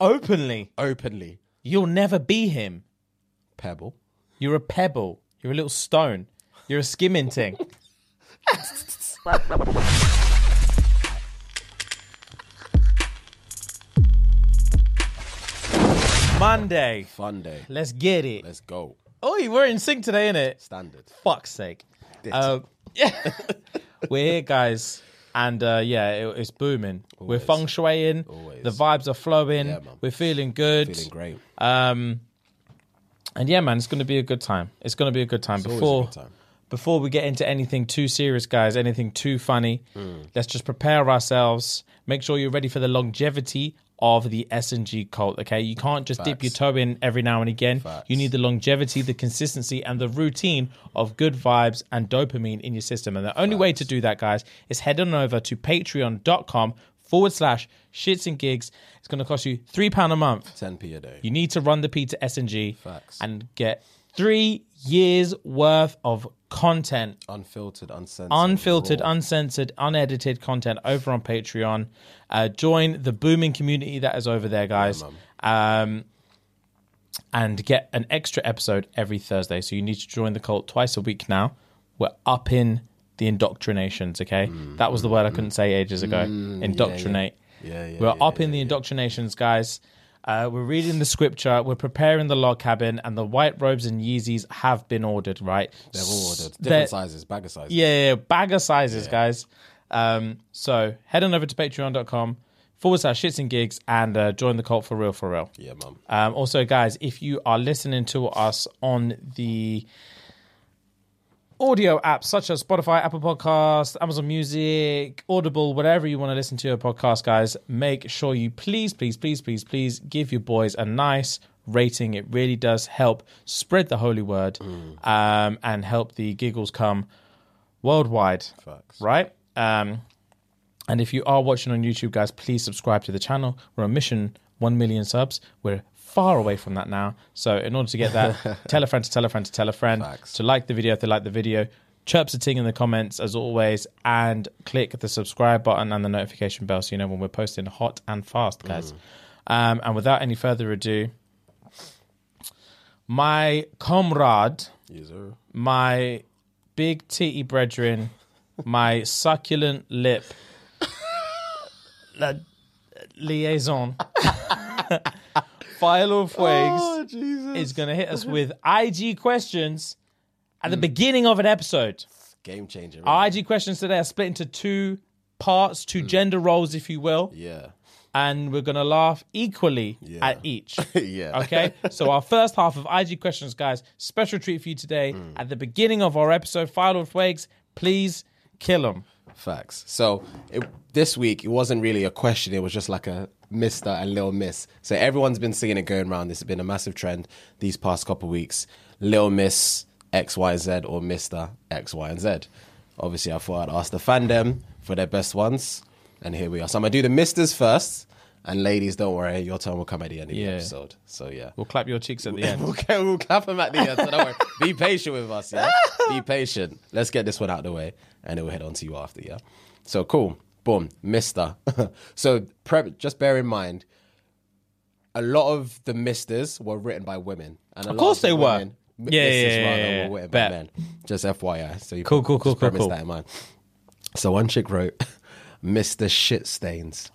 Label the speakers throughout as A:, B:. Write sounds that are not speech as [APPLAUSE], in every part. A: Openly,
B: Openly.
A: you'll never be him.
B: Pebble.
A: You're a pebble. You're a little stone. You're a skimming
B: [LAUGHS]
A: ting. Monday.
B: Fun day.
A: Let's get it.
B: Let's go.
A: Oi, we're in sync today, innit?
B: Standard.
A: fuck's sake. Um, yeah. [LAUGHS] We're here, guys. And uh, yeah, it, it's booming. We're feng shuiing. The vibes are flowing.
B: Yeah, man.
A: We're feeling good.
B: Feeling great.
A: Um, and yeah, man, it's going to be a good time. It's going to be a good time.
B: always a
A: before
B: good time.
A: before we get into anything too serious, guys, anything too funny,
B: Hmm.
A: let's just prepare ourselves. Make sure you're ready for the longevity of the S and G cult. Okay, you can't just dip your toe in every now and again. You need the longevity, the consistency, and the routine of good vibes and dopamine in your system. And the only way to do that, guys, is head on over to Patreon.com forward slash Shits and Gigs. It's going to cost you three pound a month.
B: 10p a day.
A: You need to run the P to SNG
B: Facts.
A: and get three years worth of content,
B: Unfiltered, uncensored.
A: unfiltered,
B: raw.
A: uncensored, unedited content over on Patreon. Uh, join the booming community that is over there, guys. um, and get an extra episode every Thursday. So you need to join the cult twice a week now. We're up in the indoctrinations, okay? that was the word I couldn't say ages ago. Indoctrinate.
B: Yeah, yeah,
A: We're
B: yeah,
A: up in the indoctrinations, guys. Uh, we're reading the scripture. We're preparing the log cabin, and the white robes and Yeezys have been ordered, right?
B: They're all ordered. Different
A: They're-
B: sizes, bagger sizes.
A: Yeah, yeah, yeah, bagger sizes, guys. Um, so head on over to patreon.com forward slash shits and gigs and uh, join the cult for real, for real.
B: Yeah, mum.
A: Um, also, guys, if you are listening to us on the audio apps such as Spotify, Apple Podcasts, Amazon Music, Audible, whatever you want to listen to your podcast, guys, make sure you please, please, please, please, please give your boys a nice rating. It really does help spread the holy word um, and help the giggles come worldwide.
B: Facts.
A: Right? Um, and if you are watching on YouTube, guys, please subscribe to the channel. We're on mission 1 million subs. We're far away from that now. So, in order to get that, tell a friend to tell a friend to tell a friend to like the video if they like the video. Chirps a ting in the comments as always, and click the subscribe button and the notification bell so you know when we're posting hot and fast, guys. Um, and without any further ado, my comrade
B: User.
A: my big titty brethren, my succulent lip la, liaison, [LAUGHS] Philo of Fuegs is going to hit us with IG questions at the beginning of an episode.
B: Game changer. innit?
A: Our IG questions today are split into two parts, two gender roles, if you will,
B: Yeah.
A: and we're going to laugh equally at each.
B: [LAUGHS] Yeah.
A: Okay, so our first half of IG questions, guys, special treat for you today.
B: Hmm.
A: At the beginning of our episode, File with Wakes, please kill them.
B: Facts. So it, this week, it wasn't really a question. It was just like a Mister and Lil Miss. So everyone's been seeing it going around. This has been a massive trend these past couple weeks. Lil Miss X Y Z or Mister X Y and Z. Obviously, I thought I'd ask the fandom for their best ones, and here we are. So I'm gonna do the Misters first, and ladies, don't worry, your turn will come at the end of
A: Yeah.
B: the episode. So yeah.
A: We'll clap your cheeks at the end.
B: Okay, [LAUGHS] we'll clap him at the end. So don't worry. Be patient with
A: [LAUGHS]
B: us, yeah? Be patient. Let's get this one out of the way and then we'll head on to you after, yeah? So cool. Boom. Mister. [LAUGHS] so prep, just bear in mind, a lot of the misters were written by women. And a
A: Of
B: lot
A: course
B: the
A: they were.
B: women-
A: Yeah, yeah,
B: misters,
A: yeah,
B: rather,
A: yeah, yeah.
B: were written
A: Bet.
B: by men. Just FYI. So you
A: Cool, cool, cool,
B: just
A: cool,
B: premise
A: cool.
B: that in mind. So one chick wrote, [LAUGHS] Mr. Shit Stains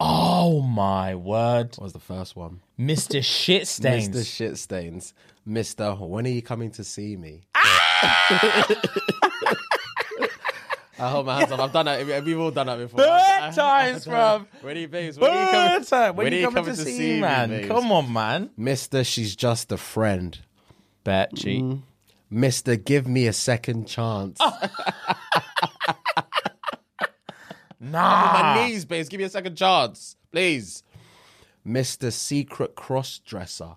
A: Oh my word,
B: was the first one.
A: Mr. Shit Stains.
B: Mr. Shit Stains. Mr. When are you coming to see me?
A: Ah!
B: I hold my hands up. I've done that. We- We've all done that before.
A: Bird
B: [LAUGHS]
A: times, bruv.
B: Ready, babes. When are you coming,
A: Bird time. When,
B: when
A: are you coming, to, see,
B: me,
A: man?
B: babes?
A: Come on, man.
B: Mr. She's just a friend. Mm.
A: Bet cheat. Ah,
B: Mr. Give me a second chance. Nah. my knees, babes. Give me a second chance, please. Mr. Secret Crossdresser.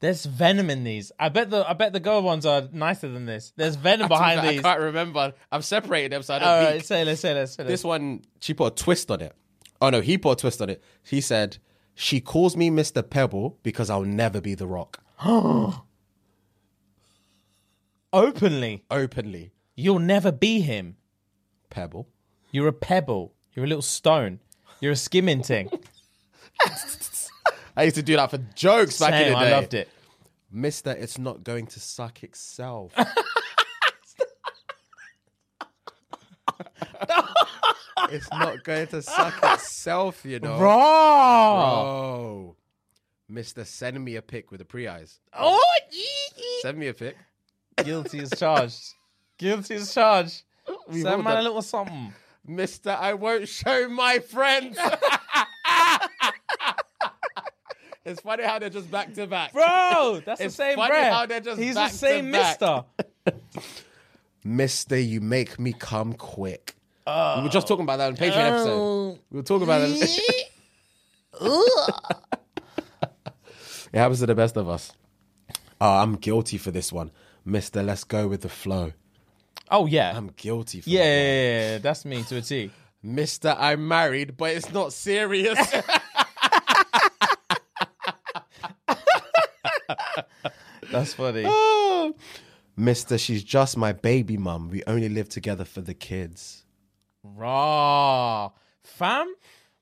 A: There's venom in these. I bet the I bet the girl ones are nicer than this. There's venom behind
B: I
A: these. Oh,
B: can't remember. I've separated them, so I don't
A: All
B: peek.
A: right, say let's say let's say
B: This one, she put a twist on it. Oh no, he put a twist on it. He said, "She calls me Mr. Pebble because I'll never be the Rock."
A: openly.
B: Openly,
A: You'll never be him.
B: Pebble.
A: You're a pebble. You're a little stone. You're a skimming
B: [LAUGHS]
A: ting.
B: I used to do that for jokes back in
A: Same,
B: the
A: I
B: day.
A: loved it.
B: Mister, it's not going to
A: [LAUGHS]
B: suck itself. it's not going to suck itself, you know.
A: Raw.
B: Oh, Mister, send me a pic with the pre eyes.
A: Oh,
B: Send me a pic.
A: guilty as charged. Guilty as charged.
B: all
A: Send man
B: done-
A: a little
B: [LAUGHS]
A: something.
B: Mister, I won't show my friends.
A: [LAUGHS]
B: it's funny how they're just back to back.
A: Bro, that's
B: It's
A: the same
B: funny
A: breath.
B: how they're just
A: He's
B: back
A: the
B: to
A: same
B: back.
A: mister.
B: Mister, you make me come quick. we were
A: Oh.
B: just talking about that on the Patreon episode. We were talking about it. [LAUGHS] it happens to the best of us. Oh, I'm guilty for this one. Mister, let's go with the flow.
A: Oh yeah.
B: I'm guilty for
A: yeah,
B: that
A: yeah,
B: one.
A: yeah, yeah. That's me to a T.
B: Mister, I'm married, but it's not serious.
A: That's
B: [LAUGHS]
A: funny.
B: [LAUGHS] Oh. Mister, she's just my baby mum. We only live together for the kids.
A: Raw. Fam,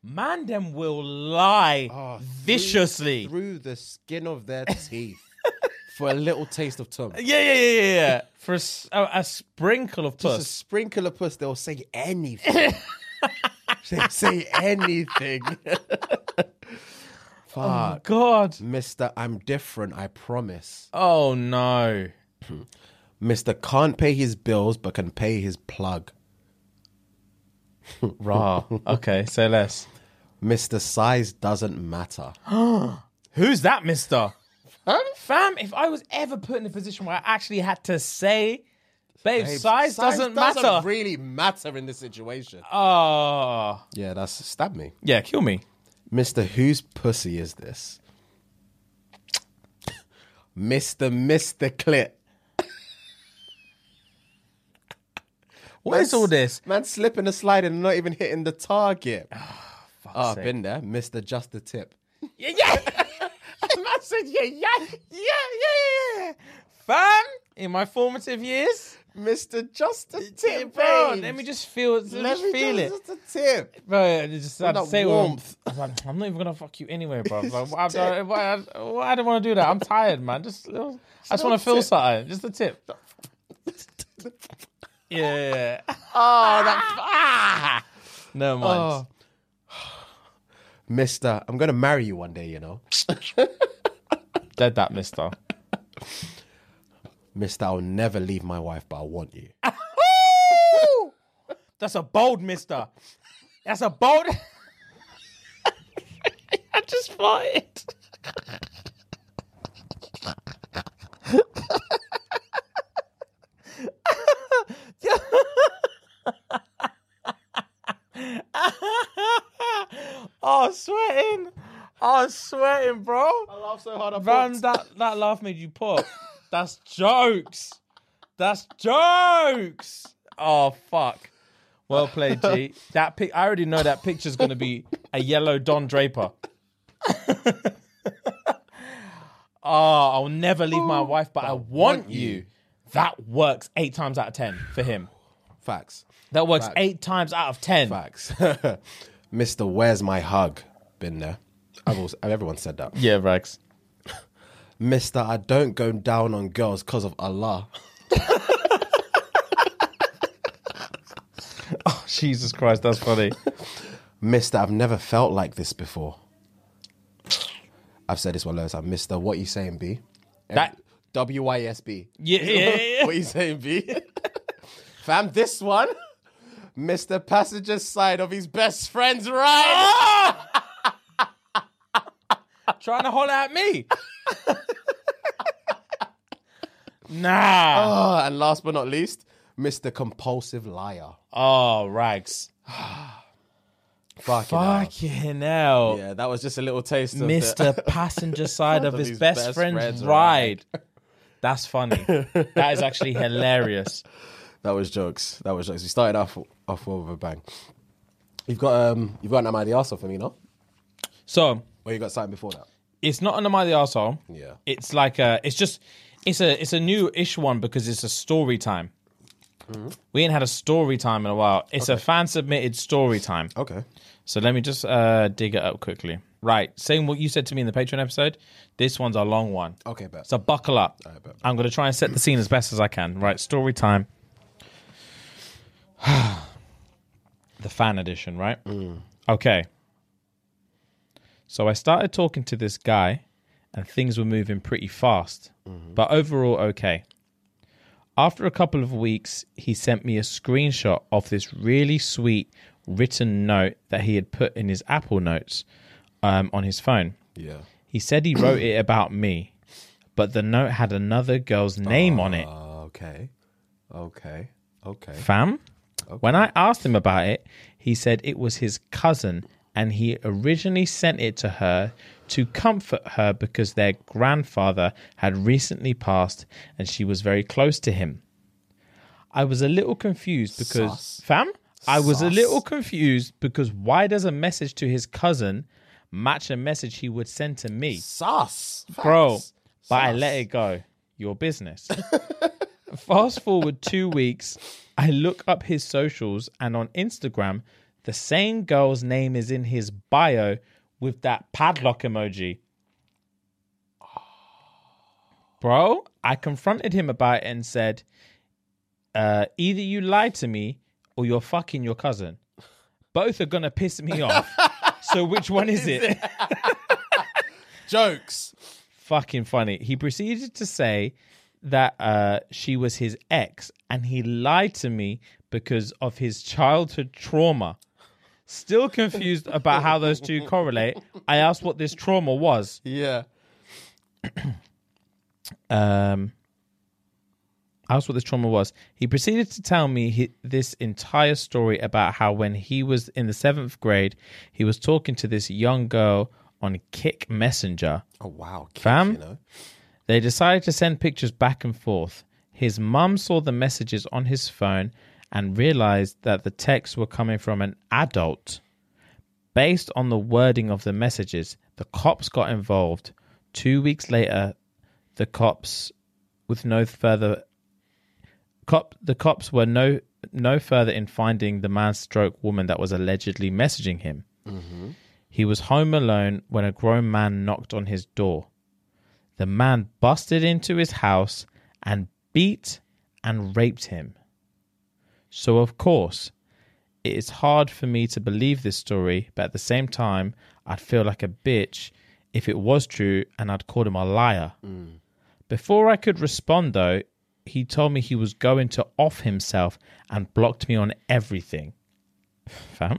A: man them will lie
B: Oh,
A: viciously.
B: Through the skin
A: [LAUGHS]
B: of their teeth for a little taste of tum.
A: Yeah, yeah, yeah, yeah, yeah. For a, s- a- a sprinkle of
B: Just a
A: puss.
B: sprinkle of puss, they'll say
A: [LAUGHS]
B: anything. they'll say anything. Fuck.
A: Oh, God.
B: Mister, I'm different, I promise.
A: Oh no.
B: Mister can't pay his bills but can pay his plug.
A: Raw. [LAUGHS] okay, say less.
B: Mister size doesn't matter.
A: Who's that, mister? Fam? if I was ever put in a position where I actually had to say, babe, size, doesn't, matter. Uh,
B: really matter in this situation.
A: oh.
B: yeah, that's stab me.
A: Yeah, kill me.
B: Mister, whose pussy is this? Mister, Mister Clit.
A: What is all this?
B: Man slipping and sliding and not even hitting the target.
A: Ah, Fuck's
B: Oh,
A: sake.
B: been there. Mr. Just the Tip.
A: Yeah, yeah. [LAUGHS] I said, yeah, yeah, yeah, yeah, yeah. Fam, in my formative years,
B: Mr. Just the Tip,
A: bro,
B: babes.
A: let me just feel, let me
B: Let
A: just
B: me
A: feel it.
B: just Just the tip.
A: Bro, I just had to
B: that
A: say what [LAUGHS] I'm-
B: warmth.
A: I was like, I'm not even gonna fuck you anyway, bro. Like, why, why, why, why I don't want to do that. I'm tired, man. Just, I just want to feel something. Just a tip. yeah.
B: Oh, that.
A: No mind.
B: Mister, I'm going to marry you one day, you know.
A: Dead that, Mister.
B: Mister, I'll never leave my wife, but I want you.
A: That's a bold Mister. That's a bold. [LAUGHS] I just farted. oh, sweating. Oh, sweating, bro.
B: laugh so hard. I
A: Man, that, that laugh made you pop. That's jokes. That's jokes. Oh fuck. Well played, [LAUGHS] G. That pic I already know that picture's gonna be a yellow Don [LAUGHS] Draper. oh, I'll never leave my wife, but I want you. That works eight times out of ten for him.
B: Facts.
A: That works eight times out of ten.
B: Facts. [LAUGHS] Mister, where's my hug? Been there. I've also, everyone said that.
A: Yeah, Rags.
B: Mister, I don't go down on girls because of Allah.
A: Jesus Christ, that's funny.
B: Mister, I've never felt like this before. I've said this one loads times. Mister, what you saying, B?
A: that
B: W-Y-S-B.
A: [LAUGHS] yeah, yeah, [LAUGHS] yeah.
B: [LAUGHS] What you saying, B? Fam, this one. Mr. Passenger's side of his best friend's ride.
A: Ah! trying to holler at [LAUGHS] me. nah.
B: Oh, and Ah, last but not least, Mr. Compulsive Liar.
A: Oh, rags.
B: Fucking hell.
A: Fucking hell. [LAUGHS]
B: Yeah, that was just a little taste of the-
A: Mr. Passenger side of his
B: his
A: best,
B: best
A: friend's,
B: friend's
A: ride. That's [LAUGHS] funny. that is actually hilarious.
B: [LAUGHS] that was jokes. That was jokes. We started off off with a bang. You've got um, you've got an am I the arsehole for me, no?
A: So
B: Or you got something before that?
A: it's not an Am I the Arsehole.
B: Yeah.
A: It's like a it's just it's a it's a new ish one because it's a story time. We ain't had a story time in a while. It's a fan submitted story time.
B: Okay.
A: So let me just uh, dig it up quickly. Right, same what you said to me in the Patreon episode. This one's a long one.
B: Okay, bet.
A: So buckle up.
B: Alright, bet.
A: I'm going to try and set the scene as best as I can. Right, story time. [SIGHS] the fan edition, right?
B: Mm.
A: Okay. So I started talking to this guy, and things were moving pretty fast,
B: Mm-hmm.
A: but overall, okay. After a couple of weeks, he sent me a screenshot of this really sweet written note that he had put in his Apple Notes um, on his phone.
B: Yeah.
A: He said he wrote it about me, but the note had another girl's name on
B: Ah.
A: it.
B: Okay. Okay. Okay.
A: Fam? When I asked him about it, he said it was his cousin and he originally sent it to her to comfort her because their grandfather had recently passed and she was very close to him. I was a little confused because,
B: Sus.
A: fam, I was a
B: Sus.
A: little confused because why does a message to his cousin match a message he would send to me?
B: Sus,
A: bro.
B: Facts.
A: But I
B: Sus.
A: let it go. Your business. [LAUGHS] Fast forward two weeks, I look up his socials and on Instagram, the same girl's name is in his bio with that padlock emoji. Bro, I confronted him about it and said, uh, either you lie to me or you're fucking your cousin. Both are gonna piss me off. so which one is it?
B: Jokes.
A: fucking funny. He proceeded to say that uh, she was his ex and he lied to me because of his childhood trauma. Still confused about how those two correlate, I asked what this trauma was.
B: Yeah.
A: Um, I asked what this trauma was. He proceeded to tell me he, this entire story about how when he was in the seventh grade, he was talking to this young girl on Kick Messenger.
B: Oh wow. Kick,
A: Fam?
B: You know.
A: They decided to send pictures back and forth. His mum saw the messages on his phone and realized that the texts were coming from an adult. Based on the wording of the messages, the cops got involved. Two weeks later, the cops, with no further cop, the cops were no no further in finding the man stroke woman that was allegedly messaging him. He was home alone when a grown man knocked on his door. The man busted into his house and beat and raped him. So, of course, it is hard for me to believe this story, but at the same time, I'd feel like a bitch if it was true and I'd called him a liar. Before I could respond, though, he told me he was going to off himself and blocked me on everything. [SIGHS] Fam?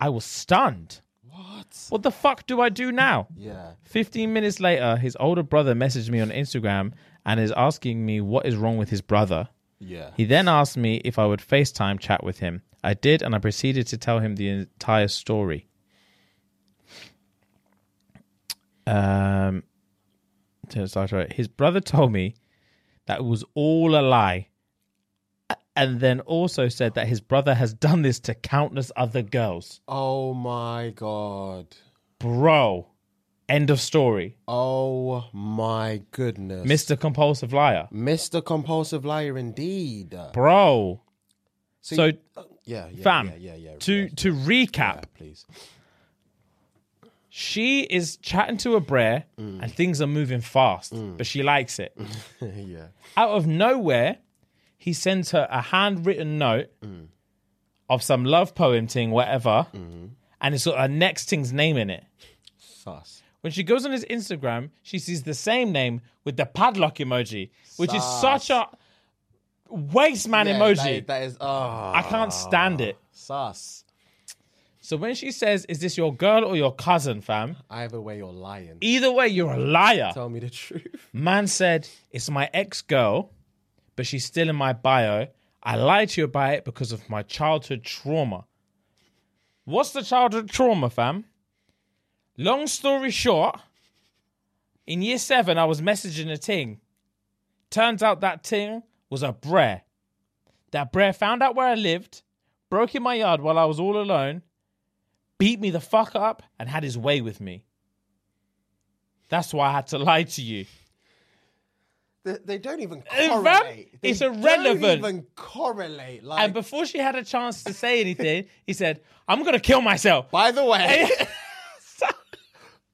A: I was stunned. What? What the fuck do I do now?
B: Yeah.
A: 15 minutes later, his older brother messaged me on Instagram and is asking me what is wrong with his brother.
B: Yeah.
A: He then asked me if I would FaceTime chat with him. I did, and I proceeded to tell him the entire story. Um, to start right, his brother told me that it was all a lie, and then also said that his brother has done this to countless other girls.
B: oh my god.
A: Bro, end of story.
B: Oh my goodness.
A: Mr. Compulsive Liar.
B: Mr. Compulsive Liar indeed.
A: Bro, so
B: you- yeah, yeah,
A: fam,
B: yeah, yeah, yeah.
A: to
B: yeah,
A: to recap,
B: yeah, please. [LAUGHS]
A: she is chatting to a brer
B: Mm.
A: and things are moving fast, but she likes it.
B: yeah.
A: [LAUGHS] Out of nowhere, he sends her a handwritten note
B: Mm.
A: of some love poem thing, whatever,
B: Mm-hmm.
A: and it's got her next thing's name in it.
B: Sus.
A: When she goes on his Instagram, she sees the same name with the padlock emoji, which is such a waste man
B: Yeah,
A: emoji.
B: that- that is ah
A: I can't stand it.
B: sus.
A: So when she says, "Is this your girl or your cousin, fam?"
B: Either way, you're lying.
A: Either way, you're a liar.
B: Tell me
A: [LAUGHS]
B: the truth.
A: Man said, It's my ex girl, but she's still in my bio. I lied to you about it because of my childhood trauma. What's the childhood trauma, fam? Long story short, in year seven, I was messaging a ting. Turns out that ting was a brer. That brer found out where I lived, broke in my yard while I was all alone, beat me the fuck up, and had his way with me. That's why I had to lie to you.
B: They, they don't even
A: fam,
B: correlate. They
A: it's irrelevant.
B: Don't even correlate. Like,
A: And before she had a chance to say anything, he said, I'm going to kill myself.
B: by
A: [LAUGHS]
B: the way,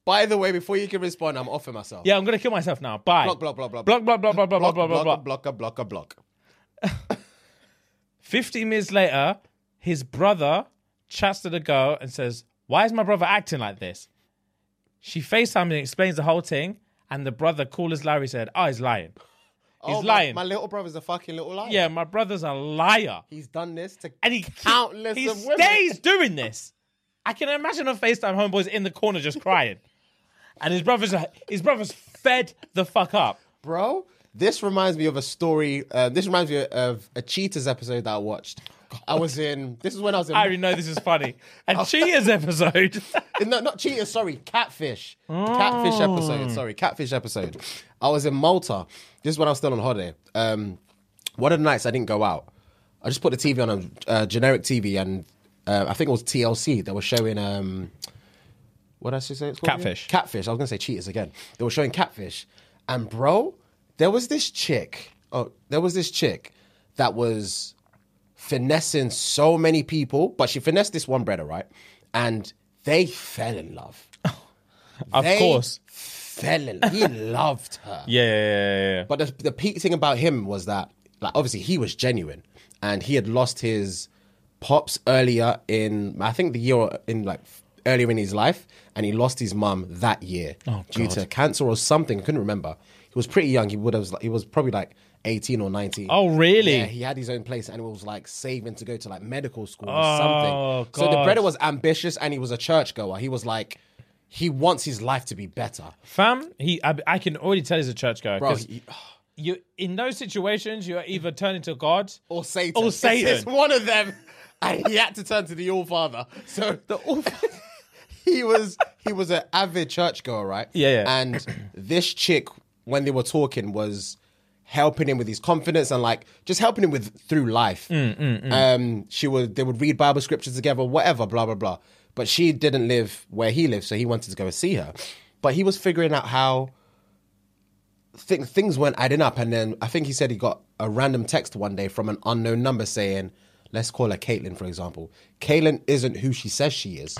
B: by the way, before you can respond, I'm offing myself.
A: yeah, I'm going to kill myself now. Bye.
B: Block, block, block, block,
A: block, block, block, block, block, block, block, block, block.
B: block, a block, a block.
A: 15 minutes later, his brother chats to the girl and says, Why is my brother acting like this? She FaceTimes and explains the whole thing. And the brother, cool as Larry, said, Oh, he's lying. He's
B: Oh, my-
A: lying.
B: My, little brother's a fucking little liar.
A: yeah, my brother's a liar.
B: He's done this to
A: And he
B: countless
A: he
B: of women.
A: stays doing this. I can imagine on FaceTime homeboys in the corner just crying. And his brother's his brother's fed the fuck up.
B: bro. This reminds me of a story. Uh, this reminds me of a Cheetahs episode that I watched. I was in. This is when I was in.
A: I already know this is funny. And Cheetah's episode.
B: [LAUGHS] no, not Cheetahs. Sorry, Catfish. Catfish episode. Sorry, Catfish episode. I was in Malta. This is when I was still on holiday. Um, one of the nights I didn't go out. I just put the TV on a uh, generic TV, and uh, I think it was TLC. They were showing. Um, what did I just say? It's called again?
A: Catfish.
B: Catfish. I was gonna say cheaters again. They were showing catfish, and bro, there was this chick. Oh, there was this chick that was finessing so many people, but she finessed this one brother, right? And they fell in love.
A: Of
B: They
A: course.
B: fell in. He [LAUGHS] loved her.
A: Yeah, yeah, yeah, yeah, yeah.
B: But the, the peak thing about him was that, like, obviously he was genuine, and he had lost his pops earlier in, I think the year in like earlier in his life, and he lost his mum that year
A: Oh,
B: due to cancer or something. I couldn't remember. He was pretty young. He would have. He was probably like eighteen or nineteen.
A: Oh, really?
B: Yeah, he had his own place, and it was like saving to go to like medical school or
A: Oh,
B: something. So the
A: God.
B: brother was ambitious, and he was a churchgoer. He was like. He wants his life to be better.
A: Fam, he I, I can already tell he's a church guy.
B: Bro,
A: Because
B: he-
A: you in those situations you're either turning to God
B: or Satan.
A: Or
B: It's-
A: Satan.
B: It's one of them. [LAUGHS] And he had to turn to the All Father. So the All [LAUGHS] he was he was an avid churchgoer, right?
A: Yeah, yeah.
B: And this chick, when they were talking, was helping him with his confidence and like just helping him with through life.
A: Mm.
B: Um, she would they would read Bible scriptures together, whatever, blah blah blah. But she didn't live where he lived, so he wanted to go and see her. But he was figuring out how thi- things weren't adding up. And then I think he said he got a random text one day from an unknown number saying, let's call her Caitlin, for example. Caitlin isn't who she says
A: [LAUGHS]
B: she is.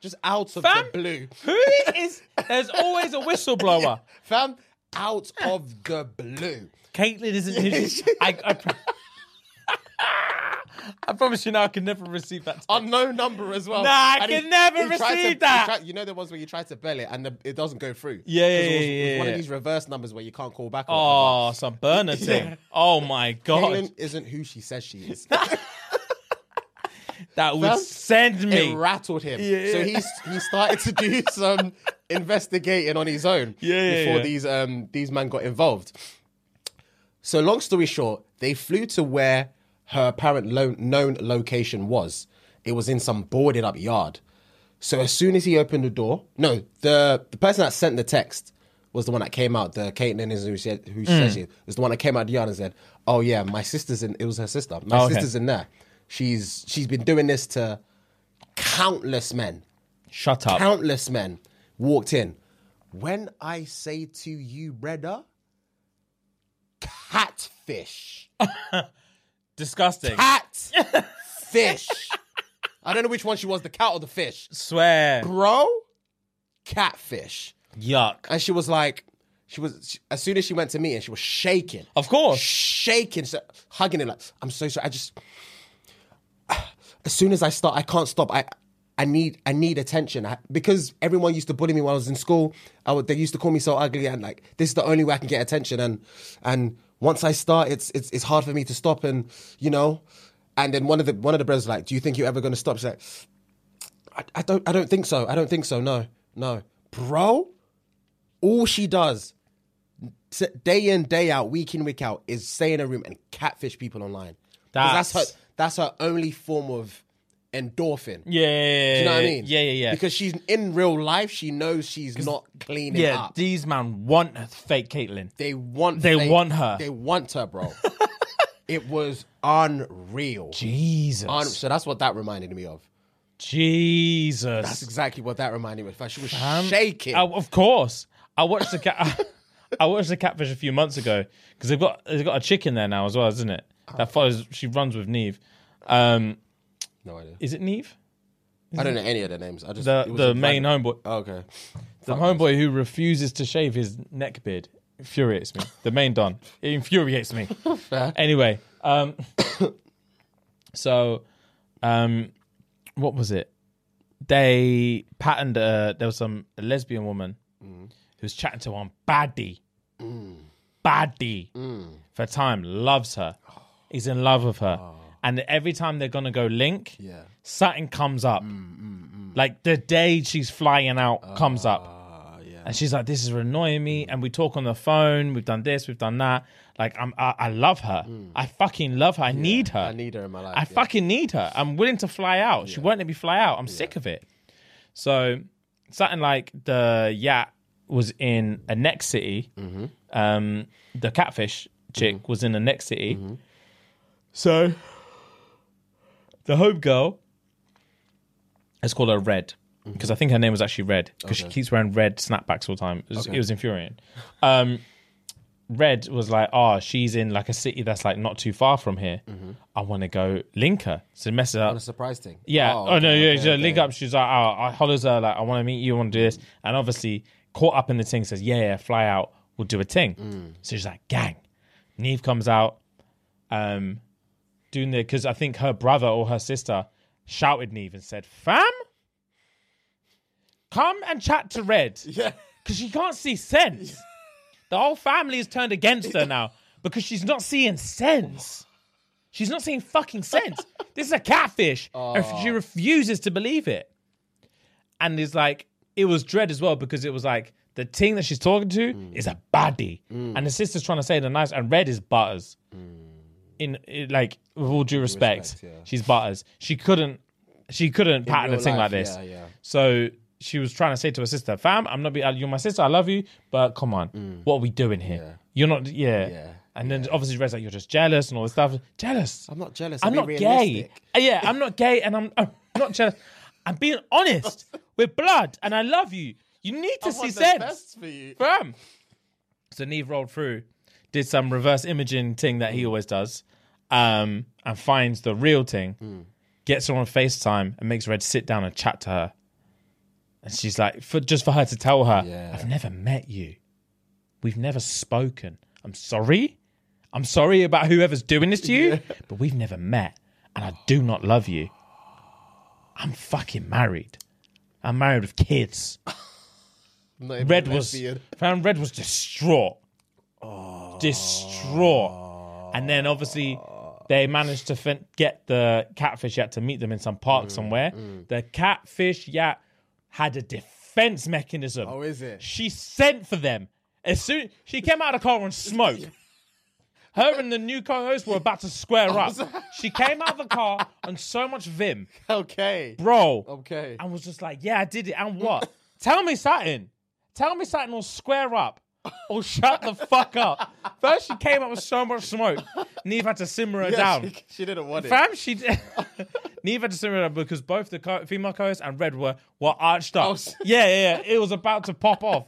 B: Just out of
A: Fam,
B: the blue.
A: Who is there's always a whistleblower.
B: [LAUGHS] Fam, out of the blue.
A: Caitlin isn't who she- I, I, pro- [LAUGHS] I promise you now I can never receive that.
B: Unknown number as well.
A: Nah, I
B: And
A: can never
B: tried
A: receive
B: to, he
A: that.
B: tried- you know the ones where you try to bell it and the, it doesn't go through.
A: Yeah, yeah,
B: 'Cause it was,
A: yeah,
B: it was
A: yeah,
B: one
A: yeah.
B: of these reverse numbers where you can't call back. or
A: Oh, some burner thing. Oh my god.
B: whatever. Caitlin isn't who she says
A: [LAUGHS]
B: she is.
A: that would
B: That's-
A: send me.
B: It rattled him. So he's he started to do [LAUGHS] some investigating on his own
A: Yeah, yeah,
B: before
A: yeah.
B: these um these men got involved. So long story short, they flew to where her apparent lo- known location was. It was in some boarded up yard. So as soon as he opened the door, no, the the person that sent the text was the one that came out. The Caitlin is who said who
A: Mm.
B: said she was the one that came out the yard and said, "Oh yeah, my sister's in." It was her sister. My
A: Oh, okay.
B: sister's in there. She's she's been doing this to countless men.
A: Shut up.
B: Countless men walked in. When I say to you, Redder, catfish.
A: Disgusting.
B: Catfish. I don't know which one she was, the cat or the fish.
A: Swear.
B: Bro, catfish.
A: Yuck.
B: And she was like, she was, she- as soon as she went to me and she was shaking.
A: Of course.
B: Shaking, so- hugging it like, I'm so sorry. I just, [SIGHS] as soon as I start, I can't stop. I, I need, I need attention I, because everyone used to bully me when I was in school. I would, they used to call me so ugly, and like this is the only way I can get attention. And and once I start, it's it's it's hard for me to stop. And you know, and then one of the one of the brothers was like, do you think you're ever going to stop? She's like, I, I don't, I don't think so. I don't think so. No, no, bro. All she does t- day in, day out, week in, week out, is stay in a room and catfish people online. 'Cause
A: That's-
B: that's her. That's her only form of endorphin.
A: Yeah, yeah,
B: Do you know what I mean?
A: Yeah, yeah, yeah.
B: Because she's in real life, she knows she's not cleaning
A: yeah,
B: up.
A: these man want fake Caitlyn.
B: They want.
A: They want her.
B: They want
A: [LAUGHS]
B: her, bro. it was unreal.
A: Jesus,
B: Un- so that's what that reminded me of.
A: Jesus.
B: That's exactly what that reminded me of. In fact, She was shaking.
A: Um, I- of course, I watched the cat. [LAUGHS] I watched the catfish a few months ago because they've got they've got a chicken there now as well, isn't it? That follows. She runs with Neve. Um,
B: no idea.
A: is it Neve?
B: I don't know any of their names. I just
A: The
B: it was
A: the
B: a
A: main
B: random-
A: homeboy,
B: Oh, okay.
A: the homeboy who refuses to shave his neck beard, infuriates me. The main don, it infuriates me. Anyway, um, [COUGHS] so, um, what was it? They patterned. Uh, there was some a lesbian woman who was chatting to one baddie, baddie for time. Loves her, is in love with her, and every time they're gonna go link,
B: Yeah.
A: something comes up.
B: Mm,
A: Like the day she's flying out comes up.
B: Ah,
A: And she's like, "This is annoying me." And we talk on the phone. We've done this. We've done that. Like, I'm, I, I love her. I fucking love her. I need her.
B: Mm. I need her in my life.
A: I
B: yeah.
A: fucking need her. I'm willing to fly out. She won't let me fly out. I'm sick of it. So something like the yacht was in a next city.
B: Mm-hmm.
A: Um, the catfish chick was in the next city.
B: Mm-hmm.
A: So the home girl, let's call her Red. Because I think her name was actually Red, because she keeps wearing red snapbacks all the time. It was, it was infuriating. Um, Red was like, oh, she's in like a city that's like not too far from here. I want to go link her. So he messes up.
B: On a surprise thing.
A: Yeah. Oh,
B: okay,
A: no, yeah.
B: okay,
A: so link
B: okay.
A: up. She's like, oh, I hollers her like, I want to meet you. I want to do this. And obviously, caught up in the thing, says, yeah, yeah, fly out. We'll do a thing.
B: Mm.
A: So she's like, gang. Neve comes out, um, doing the because I think her brother or her sister shouted Neve and said, fam, come and chat to Red
B: [LAUGHS] Yeah.
A: because she can't see sense. The whole family is turned against her now because she's not seeing sense. She's not seeing fucking sense. this is a catfish. And she refuses to believe it. And it's like, it was dread as well because it was like, the thing that she's talking to
B: Mm.
A: is a baddie. And the sister's trying to say the nice, and red is butters. In, in- like, with all due respect,
B: Mm. respect, yeah.
A: she's butters. She couldn't, she couldn't pattern a
B: real
A: thing like
B: life,
A: this.
B: yeah, yeah.
A: So she was trying to say to her sister, "Fam, I'm not be. You're my sister. I love you, but come on, what are we doing here? You're not. Yeah.
B: Mm. Yeah,
A: And then obviously Red's like, "You're just jealous and all this stuff. Jealous.
B: I'm not jealous.
A: I'm
B: I'm
A: not
B: being
A: gay.
B: realistic.
A: Uh, Yeah, I'm not gay, and I'm, I'm not jealous. I'm being
B: [LAUGHS]
A: honest. We're blood, and I love you. You need to
B: I
A: see
B: want the
A: sense,
B: best for you.
A: fam." So Neve rolled through, did some reverse imaging thing that he always does, um, and finds the real thing. Gets her on FaceTime and makes Red sit down and chat to her. And she's like, for, just for her to tell her,
B: Yeah.
A: I've never met you. We've never spoken. I'm sorry. I'm sorry about whoever's doing this to you, but we've never met. And I do not love you. I'm fucking married. I'm married with kids.
B: I'm not even
A: Red
B: a
A: was
B: lesbian.
A: found Red was distraught. Distraught. And then obviously they managed to fin- get the catfish yacht to meet them in some park
B: Mm,
A: somewhere. The catfish yacht had a defense mechanism.
B: Oh, is it?
A: She sent for them. As soon she came out of the car
B: [LAUGHS]
A: and smoked. Her and the new co-host were about to square
B: Oh,
A: up. She came out of the car on so much vim,
B: Okay.
A: bro
B: Okay.
A: and was just like, "Yeah, I did it." And
B: [LAUGHS]
A: what? Tell me something. Tell me something, or square up, or shut the fuck up. First, she came up with so much smoke. Neve had to simmer her
B: Yeah,
A: down.
B: [LAUGHS] She, she didn't want it.
A: Fam, she did. [LAUGHS] Neve had to simmer her down because both the co- female co-host and Red were were arched up.
B: Oh, s-
A: yeah, yeah, yeah. It was about to pop off.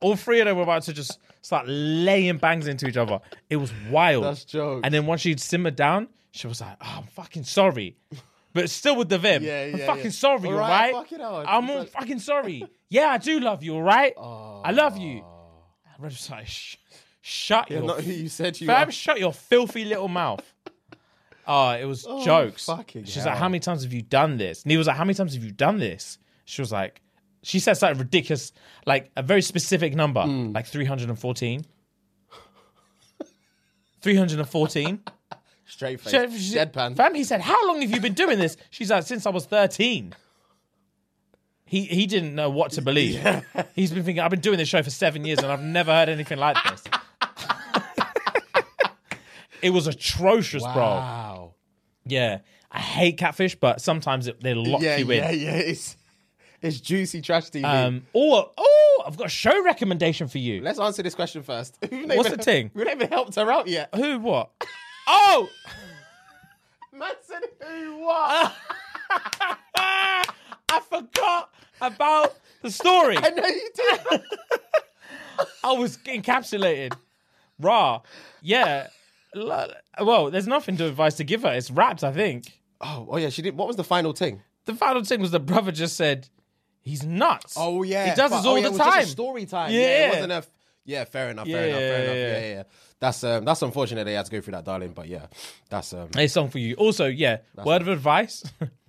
A: All three of them were about to just start laying bangs into each other. It was wild.
B: That's jokes.
A: And then once she'd simmered down, she was like, oh, I'm fucking sorry. But still with the vim.
B: Yeah,
A: I'm
B: yeah,
A: fucking
B: yeah.
A: sorry, all
B: All
A: right?
B: right, fucking hell.
A: I'm
B: It's
A: all
B: like-
A: fucking sorry. Yeah, I do love you, all right? I love you. And Red was like, Shh, shut
B: You're
A: your
B: not who you said you
A: Fam,
B: are.
A: shut your filthy little
B: [LAUGHS]
A: mouth. Oh, it was jokes.
B: fucking
A: She's
B: hell.
A: like, how many times have you done this? And he was like, how many times have you done this? She was like, she said something ridiculous, like a very specific number,
B: Hmm.
A: like [LAUGHS] 314. 314.
B: Straight face.
A: She- she-
B: Deadpan.
A: Fam, he said, how long have you been doing this? She's like, since I was 13. He, he didn't know what to believe. He's been thinking, I've been doing this show for seven years and I've never heard anything like this. it was atrocious, bro.
B: Wow.
A: Yeah, I hate catfish, but sometimes it, they lock
B: yeah,
A: you in.
B: yeah, yeah. It's it's juicy trash TV.
A: Um, or oh, I've got a show recommendation for you.
B: Let's answer this question first. [LAUGHS] We've not
A: What's
B: even-
A: the ting?
B: We haven't even helped her out yet. [LAUGHS]
A: Who? What? oh,
B: Man said who what?
A: I forgot about the story.
B: [LAUGHS] [LAUGHS] I know you
A: [LAUGHS]
B: did.
A: I was encapsulated. Raw. Yeah. Lo- Well, there's nothing to advice to give her. It's wrapped, I think.
B: oh, oh yeah, she did. What was the final thing?
A: The final thing was the brother just said, he's nuts.
B: Oh yeah,
A: He does
B: Fuck.
A: this
B: Oh,
A: all
B: yeah, it
A: the
B: was just a
A: time.
B: story time. Yeah,
A: Yeah.
B: it wasn't a. F- yeah, fair enough. Fair enough. Fair
A: Yeah,
B: enough.
A: yeah.
B: Yeah, yeah. yeah. That's um, that's unfortunate they had to go through that, darling. But yeah, that's um.
A: A song for you. Also, yeah, word of advice. [LAUGHS]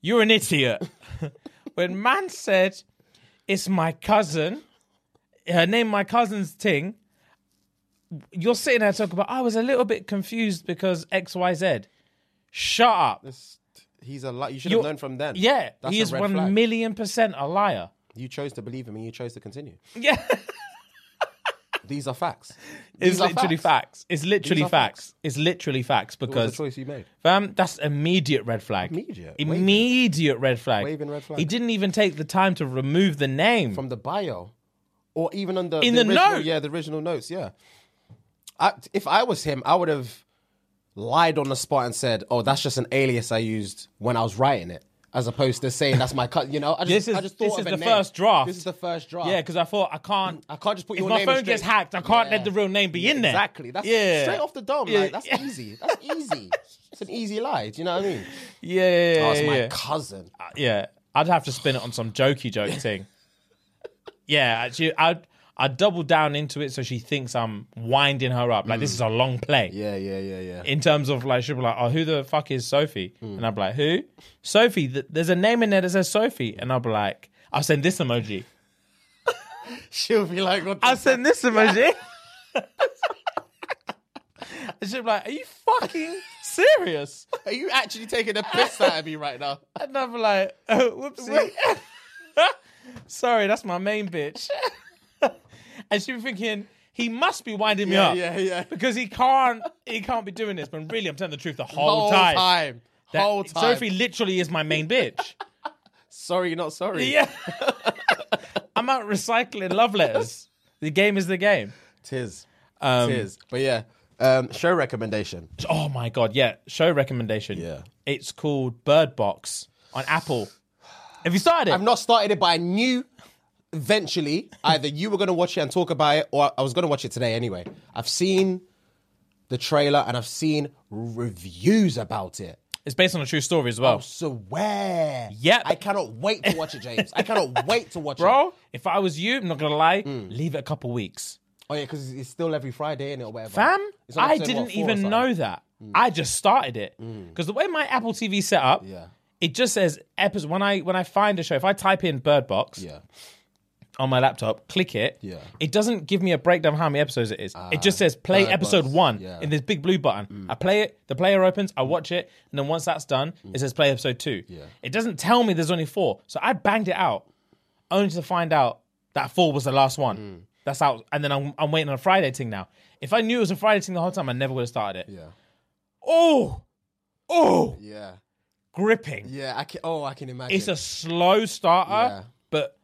A: You're an idiot. [LAUGHS] when man said, it's my cousin, her name, my cousin's Ting, you're sitting there talking about, I was a little bit confused because XYZ. Shut up.
B: He's a liar. You should
A: You're-
B: have known from then.
A: Yeah,
B: that's
A: he
B: a
A: is
B: red
A: one
B: flag.
A: million percent a liar.
B: You chose to believe him, and you chose to continue.
A: Yeah,
B: These are facts.
A: it's
B: These are
A: literally facts. It's literally
B: are
A: facts.
B: facts.
A: It's literally facts
B: It was
A: because
B: a choice you made.
A: fam, that's immediate red flag.
B: Immediate, waving.
A: immediate red flag.
B: Waving red flag.
A: He didn't even take the time to remove the name.
B: from the bio, or even on the
A: In the
B: original,
A: note?
B: Yeah, the original notes. Yeah. I, if I was him, I would have lied on the spot and said, "Oh, that's just an alias I used when I was writing it," as opposed to saying that's my cut. You know, I just,
A: This is-
B: I just thought
A: this
B: of
A: is the
B: a name.
A: first draft.
B: This is the first draft.
A: yeah, because I thought I can't.
B: I can't just put
A: if
B: your
A: my
B: name
A: phone
B: in
A: gets
B: straight-
A: hacked, I can't
B: Yeah.
A: let the real name be
B: Yeah,
A: in there.
B: Exactly. That's
A: yeah.
B: straight off the dome.
A: Yeah.
B: Like that's Oh, easy.
A: [LAUGHS]
B: That's easy. It's an easy lie. Do you know what I mean?
A: Yeah, yeah, yeah,
B: oh, it's my
A: yeah.
B: cousin.
A: yeah, I'd have to spin it on some jokey joke thing. Yeah, actually, I'd I'd double down into it so she thinks I'm winding her up. Like this is a long play.
B: Yeah, yeah, yeah, yeah. [LAUGHS]
A: In terms of like, she'll be like, "Oh, who the fuck is Sophie?" And I'll be like, "Who? Sophie? Th- there's a name in there that says Sophie." And I'll be like, "I'll send this emoji.
B: She'll be like, "What?" the
A: I'll send this emoji." [LAUGHS] and she'll be like, "Are you fucking serious?"
B: Are you actually taking a piss out of me
A: [LAUGHS]
B: right now?
A: And I'll be like, "Oh, whoopsie." Sorry, that's my main
B: [LAUGHS]
A: bitch. and she'd be thinking, he must be winding me
B: Yeah,
A: up.
B: yeah, yeah.
A: Because he can't he can't be doing this. But really I'm telling the truth the whole, time. That
B: Whole time.
A: Sophie literally is my main
B: [LAUGHS]
A: bitch.
B: Sorry, not sorry.
A: yeah. [LAUGHS] I'm out recycling love letters. The game is the game.
B: Tis. Tis. But yeah. Um, show recommendation.
A: Oh my god, yeah. Show recommendation.
B: Yeah.
A: It's called Bird Box on Apple. Have you started it?
B: I've not started it, but I knew eventually either you were going to watch it and talk about it, or I was going to watch it today anyway. I've seen the trailer and I've seen reviews about it.
A: it's based on a true story as well.
B: So where?
A: Yep.
B: I cannot wait to watch it, James. I
A: [LAUGHS]
B: cannot wait to watch it.
A: Bro, if I was you, I'm not gonna lie,
B: Hmm.
A: leave it a couple weeks.
B: Oh yeah, because it's still every Friday in it or whatever.
A: Fam,
B: It's on
A: I
B: episode, what,
A: didn't
B: four or
A: even
B: something? Mm.
A: know that. I just started it because the way my Apple TV set up,
B: Yeah.
A: it just says episode. When I when I find a show, if I type in Bird Box
B: Yeah.
A: on my laptop, click it,
B: Yeah.
A: it doesn't give me a breakdown of how many episodes it is. it just says play
B: Bird
A: episode
B: Box,
A: one
B: yeah. Mm.
A: in this big blue button. I play it, the player opens, I watch it, and then once that's done,
B: Mm.
A: it says play episode two. It doesn't tell me there's only four, so I banged it out only to find out that four was the last one.
B: Mm.
A: That's out, and then I'm, I'm waiting on a Friday thing now. If I knew it was a Friday thing the whole time, I never would have started it.
B: Yeah.
A: Oh, oh,
B: Yeah.
A: gripping.
B: Yeah. I can, oh, I can imagine.
A: It's a slow starter,
B: Yeah.
A: but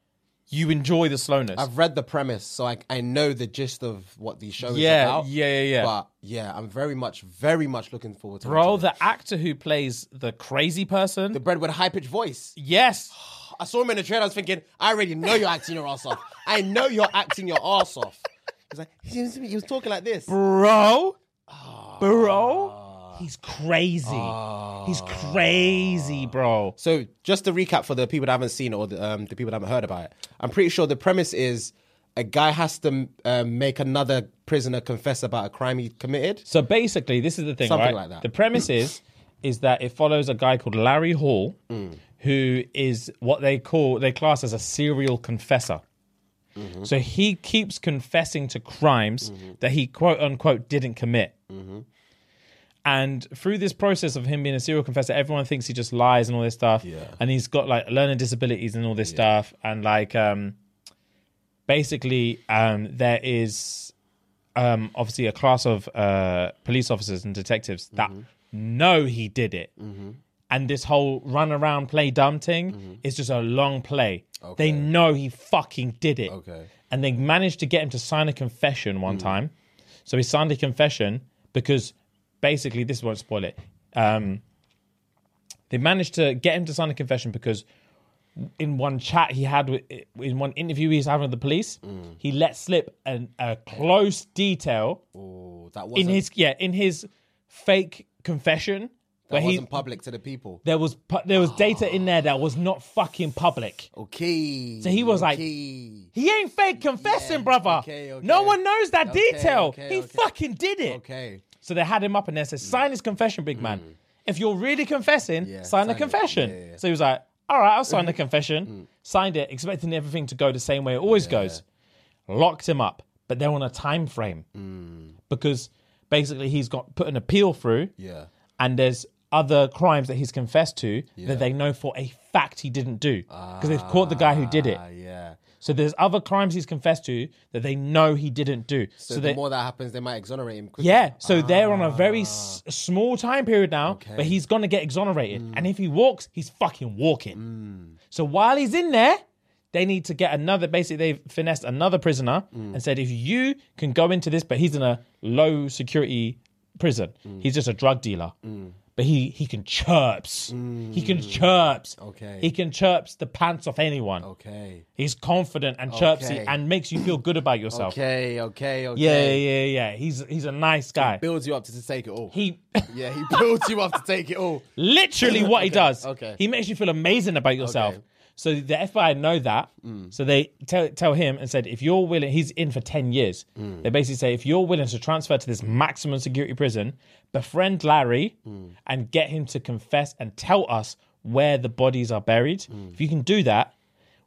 A: you enjoy the slowness.
B: I've read the premise, so I, I know the gist of what the show
A: Yeah,
B: is about.
A: yeah, yeah, yeah.
B: But yeah, I'm very much, very much looking forward to
A: Bro,
B: watching it.
A: the actor who plays the crazy person.
B: The bread with a high pitched voice.
A: yes.
B: I saw him in the trailer. I was thinking, I already know you're acting your ass off. I know you're acting your ass off. He's like, he was, he was talking like this.
A: Bro. Bro. He's crazy. He's crazy, bro.
B: So just to recap for the people that haven't seen it or the, um, the people that haven't heard about it, I'm pretty sure the premise is a guy has to um, make another prisoner confess about a crime he committed.
A: So basically, this is the thing, right?
B: Something like that.
A: The premise
B: [CLEARS THROAT]
A: is is that it follows a guy called Larry Hall,
B: Mm.
A: who is what they call they class as a serial confessor.
B: Mm-hmm.
A: So he keeps confessing to crimes that he quote unquote didn't commit.
B: Mm-hmm.
A: And through this process of him being a serial confessor, everyone thinks he just lies and all this stuff. Yeah. And he's got like learning disabilities and all this stuff. And like um basically um there is um obviously a class of uh police officers and detectives that know he did it. And this whole run around, play dumb thing is just a long play. They know he fucking did it.
B: Okay.
A: And they managed to get him to sign a confession one time. So he signed a confession because basically, this won't spoil it. Um, they managed to get him to sign a confession because in one chat he had with, in one interview he was having with the police, he let slip an, a close detail
B: Oh, that
A: in
B: wasn't,
A: his yeah in his fake confession
B: that
A: where
B: wasn't
A: he
B: public to the people.
A: there was pu- there was data in there that was not fucking public.
B: Oh. Okay.
A: So he was like-
B: okay.
A: He ain't fake confessing,
B: Yeah,
A: brother.
B: okay, okay.
A: No one knows that
B: Okay,
A: detail.
B: okay,
A: he
B: okay.
A: fucking did it.
B: okay. Mm.
A: So they had him up and they said, sign his confession, big man. If you're really confessing,
B: Yeah,
A: sign the
B: sign it.
A: confession.
B: Yeah, yeah, yeah. Mm.
A: So he was like, all right, I'll
B: [LAUGHS]
A: sign the confession. Signed it, expecting everything to go the same way it always goes. Locked him up, but they're on a time frame
B: Mm.
A: because basically he's got put an appeal through
B: Yeah.
A: and there's other crimes that he's confessed to that they know for a fact he didn't do because they've caught the guy who did it.
B: Ah, yeah.
A: So there's other crimes he's confessed to that they know he didn't do. so
B: So, the
A: they,
B: more that happens, they might exonerate him quickly.
A: yeah, so they're on a very
B: Ah.
A: s- small time period now, but he's gonna get exonerated. And if he walks, he's fucking walking.
B: Mm.
A: So while he's in there, they need to get another. Basically, they've finessed another prisoner
B: Mm.
A: and said, if you can go into this, but he's in a low security prison.
B: Mm.
A: He's just a drug dealer, but he he can chirps. He can chirps.
B: Mm. Okay.
A: He can chirps the pants off anyone.
B: Okay.
A: He's confident and chirpsy
B: Okay.
A: and makes you feel good about yourself.
B: Okay, okay, okay.
A: Yeah, yeah, yeah, yeah. He's he's a nice guy.
B: Builds you up to, to take it all.
A: He
B: yeah, he builds you up to take it
A: [LAUGHS]
B: all.
A: literally what he
B: [LAUGHS] Okay,
A: does.
B: okay.
A: He makes you feel amazing about yourself.
B: Okay. Mm.
A: So the FBI know that. So they tell tell him and said, if you're willing, he's in for ten years.
B: Mm.
A: They basically say, if you're willing to transfer to this maximum security prison, befriend Larry
B: Mm.
A: and get him to confess and tell us where the bodies are buried.
B: Mm.
A: If you can do that,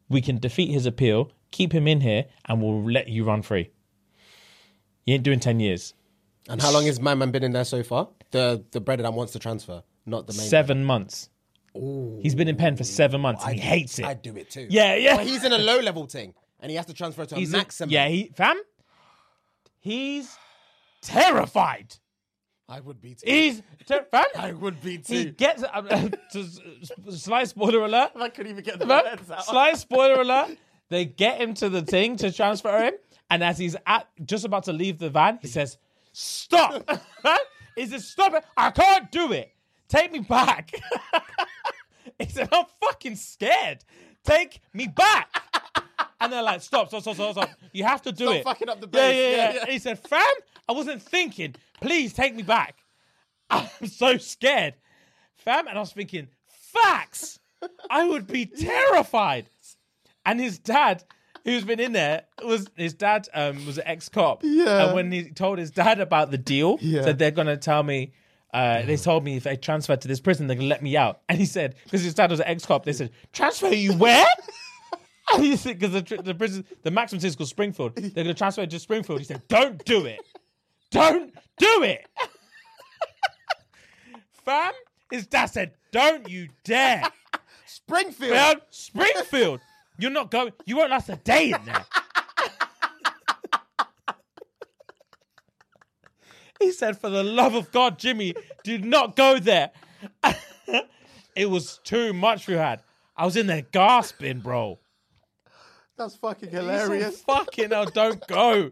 A: we can defeat his appeal, keep him in here, and we'll let you run free. You ain't doing ten years.
B: And how long has my man been in there so far? The the bread that wants to transfer, not the main.
A: Seven months. He's been in pen for seven months. and he hates it.
B: I'd do it too.
A: Yeah, yeah.
B: But he's in a low level thing, and he has to transfer to a
A: He's a-
B: maximum.
A: yeah, he, fam. He's terrified.
B: I would be too.
A: He's
B: [SIGHS]
A: ter- fam.
B: I would be too.
A: He gets. Um, to, s- s- slight spoiler alert.
B: [LAUGHS] I couldn't even get the
A: Fam,
B: words out. [LAUGHS]
A: Slight spoiler alert. They get him to the thing to transfer him, and as he's at just about to leave the van, he says,
B: [LAUGHS]
A: "Stop!" he says, "Stop it! I can't do it. Take me back." [LAUGHS] he said, "I'm fucking scared. Take me back." [LAUGHS] And they're like, stop, stop, stop, stop, stop. You have to do
B: Stop
A: it.
B: fucking up the
A: Yeah,
B: base.
A: yeah,
B: Yeah,
A: yeah,
B: yeah.
A: He said, fam, I wasn't thinking. Please take me back. [LAUGHS] I'm so scared. Fam, and I was thinking, facts. I would
B: [LAUGHS]
A: be terrified. And his dad, who's been in there, was his dad um, was an ex-cop.
B: Yeah.
A: And when he told his dad about the deal,
B: Yeah.
A: said they're gonna tell me. Uh, they told me if I transfer to this prison, they're gonna let me out. And he said, because his dad was an ex-cop, they said, transfer you where? [LAUGHS] And he said, because the, tr- the prison, the maximum is called Springfield. They're going to transfer it to Springfield. He said, don't do it. Don't do it. [LAUGHS] Fam, his dad said, don't you dare.
B: Springfield.
A: Fam, Springfield, you're not going, you won't last a day in there. he said, for the love of God, Jimmy, do not go there. it was too much we had. I was in there gasping, bro.
B: That's fucking
A: He said, Fucking hell, don't go.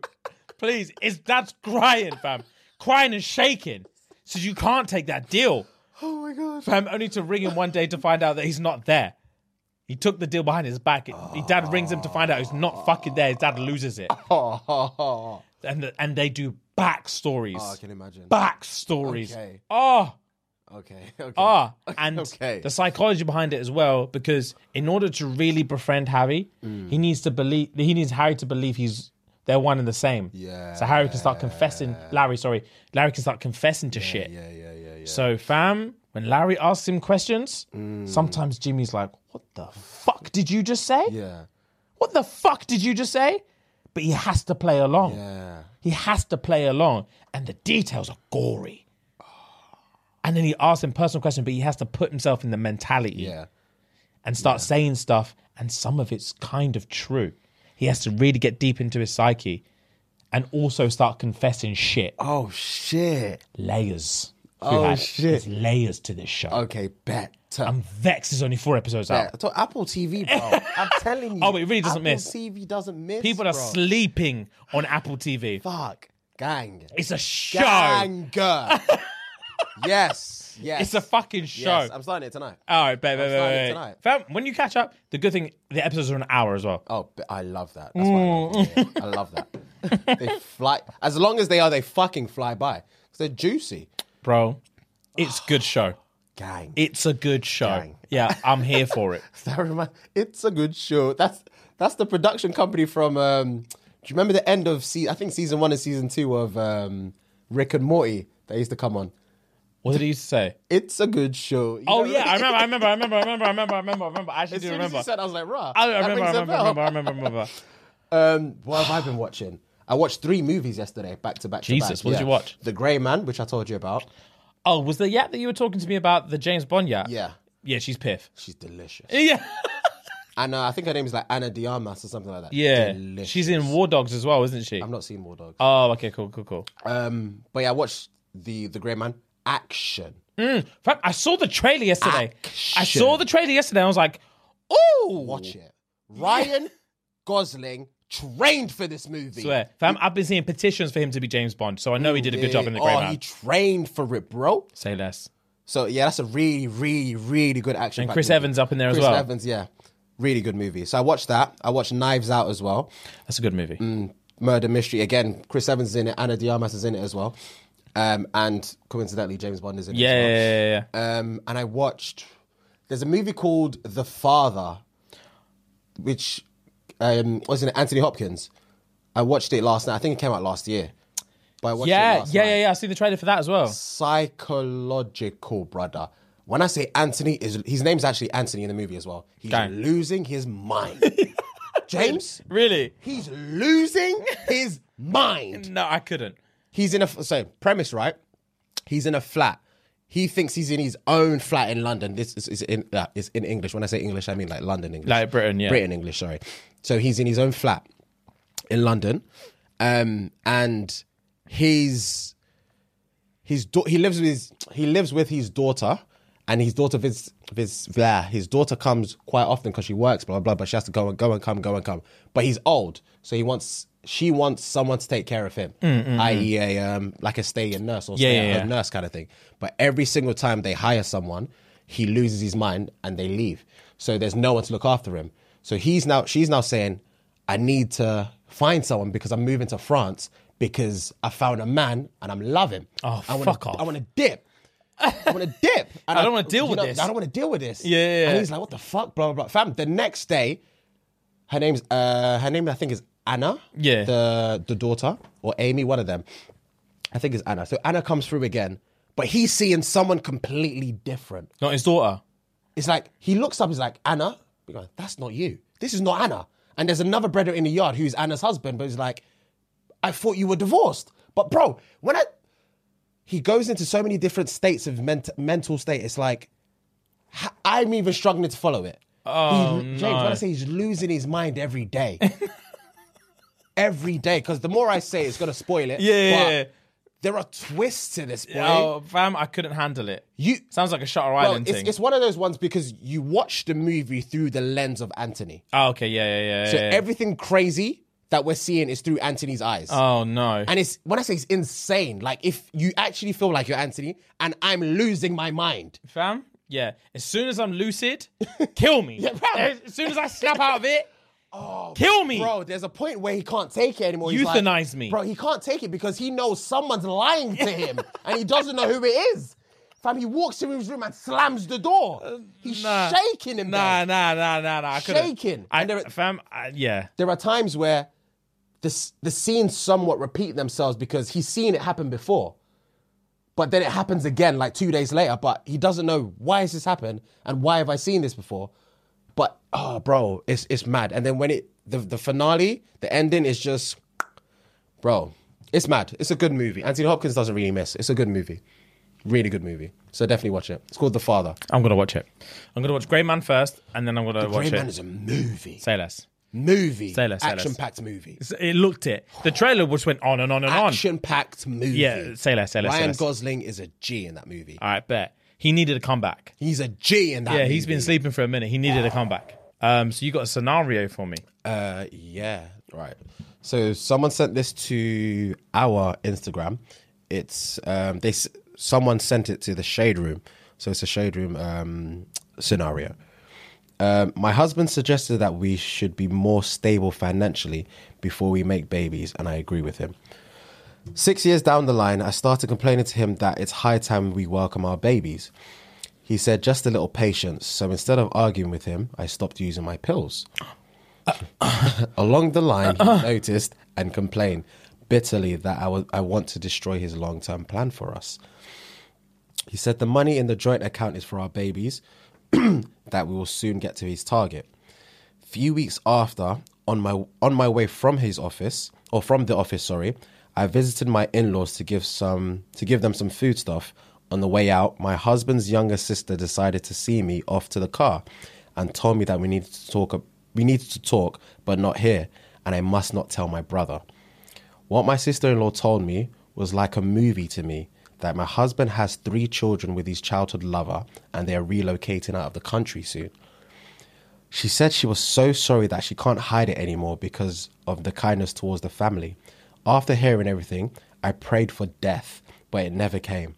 A: Please. It's that's crying, fam. Crying and shaking. So you can't take that deal.
B: Oh my god. [LAUGHS]
A: Fam, only to ring him one day to find out that he's not there. He took the deal behind his back. It- His dad rings him to find out he's not fucking there. His dad loses it. And and they do backstories.
B: Oh, I can imagine.
A: Backstories.
B: Okay.
A: Oh,
B: Okay. [LAUGHS] Okay.
A: Ah, and
B: Okay.
A: the psychology behind it as well, because in order to really befriend Harry,
B: Mm.
A: he needs to believe he needs Harry to believe he's they're one and the same.
B: Yeah.
A: So Harry can start confessing Larry, sorry, Larry can start confessing to shit.
B: Yeah, yeah, yeah, yeah.
A: So fam, when Larry asks him questions,
B: Mm.
A: sometimes Jimmy's like, What the fuck did you just say?
B: Yeah.
A: What the fuck did you just say? But he has to play along.
B: Yeah.
A: He has to play along, and the details are gory. And then he asks him personal questions, but he has to put himself in the mentality
B: Yeah.
A: and start saying stuff, and some of it's kind of true. He has to really get deep into his psyche and also start confessing shit.
B: Oh shit.
A: Layers.
B: Oh,
C: had.
B: shit.
C: There's layers to this show.
B: Okay, bet.
C: I'm vexed. There's only four episodes
B: Yeah,
C: out.
B: I thought Apple TV, bro.
A: [LAUGHS]
B: I'm telling you.
A: Oh, but it really doesn't
B: Apple
A: miss.
B: TV doesn't miss.
A: People are
B: bro.
A: sleeping on Apple TV.
B: Fuck. Gang.
C: It's a show.
A: [LAUGHS]
B: Ganger. yes. Yes.
A: It's a fucking show. Uh,
B: Yes, I'm starting it tonight.
A: All right, babe,
B: I'm
A: babe,
B: starting it
A: babe, babe.
B: tonight.
A: Fam, when you catch up, the good thing the episodes are an hour as well.
B: Oh, but I love that. That's
A: Mm.
B: why I love, it. I love that. they fly. As long as they are, they fucking fly by. Because they're juicy.
A: Bro, it's good show.
B: Gang.
A: It's a good show.
B: Gang.
A: Yeah, I'm here for
B: [LAUGHS]
A: it.
B: That remind, it's a good show. That's that's the production company from. Um, do you remember the end of se- I think season one and season two of um, Rick and Morty that used to come on.
A: What did he used to say?
B: It's a good show. You
A: Oh
B: know?
A: yeah, I remember, I remember, I remember, I remember, I remember, I remember, I remember. I actually
B: As
A: do
B: soon
A: remember.
B: as you said, I was like, "Rah."
A: I
B: that
A: remember, I
B: rings a
A: remember, I
B: bell.
A: remember, I remember, I remember.
B: Um, what have I been watching? I watched three movies yesterday, back to back. to
A: Jesus,
B: back.
A: what did you watch?
B: The Grey Man, which I told you about.
A: Oh, was the yap that you were talking to me about the James Bond yap?
B: Yeah,
A: Yeah, she's piff.
B: she's delicious.
A: Yeah.
B: And uh, I think her name is like Anna Diarmas or something like that.
A: Yeah.
B: Delicious.
A: She's in War Dogs as well, isn't she?
B: I've not seen More Dogs.
A: Oh, okay, cool, cool, cool.
B: Um, but yeah, I watched the the Grey Man action.
A: Fam, I saw the trailer yesterday. I
B: Action.
A: saw the trailer yesterday. I was like, ooh.
B: Watch it. Ryan Gosling trained for this movie.
A: Swear. Fam, I've been seeing petitions for him to be James Bond, so I know he did a good job in The Grey
B: oh,
A: Man.
B: he trained for it, bro.
A: Say less.
B: So yeah, that's a really, really, really good action.
A: And Chris Evans up in there as
B: Chris
A: well.
B: Evans, yeah, really good movie. So I watched that. I watched Knives Out as well.
A: That's a good movie.
B: Mm, Murder mystery again. Chris Evans is in it. Anna De Armas is in it as well. Um, and coincidentally, James Bond is in it.
A: yeah,
B: as well.
A: yeah, yeah, yeah, yeah.
B: um, and I watched. There's a movie called The Father, which um, was in Anthony Hopkins. I watched it last night. I think it came out last year. But I watched it
A: Yeah,
B: last
A: yeah,
B: night.
A: yeah, yeah. I seen the trailer for that as well.
B: Psychological, brother. When I say Anthony, is his name's actually Anthony in the movie as well. He's
A: Gang.
B: losing his mind.
A: [LAUGHS]
B: James,
A: Really?
B: he's losing his mind
A: No, I couldn't.
B: he's in a so premise right he's in a flat he thinks he's in his own flat in london this is, is in uh, is in english when i say english i mean like london english
A: Like Britain, yeah.
B: britain english sorry so he's in his own flat in london um and his his da- he lives with his, he lives with his daughter and his daughter vis, vis, blah, his daughter comes quite often because she works blah, blah blah but she has to go and go and come go and come but he's old so he wants she wants someone to take care of him i.e. a um, like a stay-in nurse or
A: Mm, Yeah,
B: stay-at-home
A: yeah, yeah.
B: nurse kind of thing but every single time they hire someone he loses his mind and they leave so there's no one to look after him so he's now she's now saying i need to find someone because i'm moving to france because i found a man and i'm loving
A: Oh,
B: I wanna,
A: fuck off.
B: I want to dip. I
A: [LAUGHS]
B: want to dip. And
A: I don't wanna deal
B: you
A: with this.
B: I don't want to deal with this.
A: Yeah, yeah, yeah.
B: And he's like, what the fuck, blah, blah, blah. Fam, the next day, her name's, uh, her name I think is Anna.
A: Yeah.
B: The, the daughter or Amy, one of them. I think it's Anna. So Anna comes through again, but he's seeing someone completely different.
A: Not his daughter.
B: It's like, he looks up, he's like, Anna? We go, that's not you. This is not Anna. And there's another brother in the yard who's Anna's husband, but he's like, I thought you were divorced. But bro, when I he goes into so many different states of ment- mental state, it's like h- I'm even struggling to follow it. Oh, James, when I say he's losing his mind
A: [LAUGHS]
B: every day. every day. Because the more I say it, it's gonna spoil it.
A: Yeah, yeah,
B: but
A: yeah.
B: There are twists to this, boy.
A: Oh, fam, I couldn't handle it.
B: You-
A: sounds like a Shutter
B: Well,
A: Island
B: it's,
A: thing.
B: it's one of those ones because you watch the movie through the lens of Anthony.
A: Oh, okay, yeah, yeah, yeah.
B: So
A: yeah, yeah.
B: everything crazy that we're seeing is through Anthony's eyes.
A: oh no.
B: And it's when I say it's insane. Like if you actually feel like you're Anthony, and I'm losing my mind.
A: fam. Yeah. As soon as I'm lucid, kill
B: [LAUGHS]
A: me.
B: fam.
A: as soon as I snap out of it, kill me.
B: Oh, Bro, there's a point where he can't take it anymore. He's
A: Euthanize
B: like,
A: me.
B: Bro, he can't take it because he knows someone's lying
A: [LAUGHS]
B: to him and he doesn't know who it is. Fam, he walks into his room and slams the door. He's
A: Uh, Nah.
B: shaking him.
A: Nah, nah, nah, nah, nah. I couldn't.
B: Shaking.
A: I,
B: And there-
A: fam, I, yeah.
B: There are times where the, s- the scenes somewhat repeat themselves because he's seen it happen before. But then it happens again like two days later, but he doesn't know why has this happened and why have I seen this before. But oh bro, it's it's mad. And then when it the, the finale, the ending is just bro, it's mad. It's a good movie. Anthony Hopkins doesn't really miss. It's a good movie. Really good movie. So definitely watch it. It's called The Father.
A: I'm gonna watch it. I'm gonna watch Grey Man first, and then I'm gonna watch
B: Grey Man
A: it.
B: is a movie.
A: Say less.
B: movie,
A: Say less, say less.
B: action-packed movie,
A: So It looked it.
B: [SIGHS]
A: The trailer just went on and on and on.
B: action-packed movie.
A: Yeah, say less, say less, say
B: Ryan
A: less.
B: Gosling is a G in that movie.
A: All right, bet he needed a comeback.
B: He's a G in that.
A: Yeah,
B: movie.
A: he's been sleeping for a minute. He needed a comeback. Um, so you got a scenario for me.
B: Uh, yeah, right. So someone sent this to our Instagram. It's um, they s- someone sent it to the shade room. So it's a shade room um, scenario. Um, my husband suggested that we should be more stable financially before we make babies, and I agree with him. Six years down the line, I started complaining to him that it's high time we welcome our babies. He said, just a little patience. So instead of arguing with him, I stopped using my pills. Along the line, he noticed and complained bitterly that I, was, I want to destroy his long term plan for us. He said the money in the joint account is for our babies, [CLEARS THROAT] that we will soon get to his target. Few weeks after, on my on my way from his office or from the office, sorry, I visited my in-laws to give some to give them some food stuff. On the way out, my husband's younger sister decided to see me off to the car and told me that we needed to talk we needed to talk, but not here, and I must not tell my brother. What my sister in law told me was like a movie to me that my husband has three children with his childhood lover and they are relocating out of the country soon. She said she was so sorry that she can't hide it anymore because of the kindness towards the family. After hearing everything, I prayed for death, but it never came.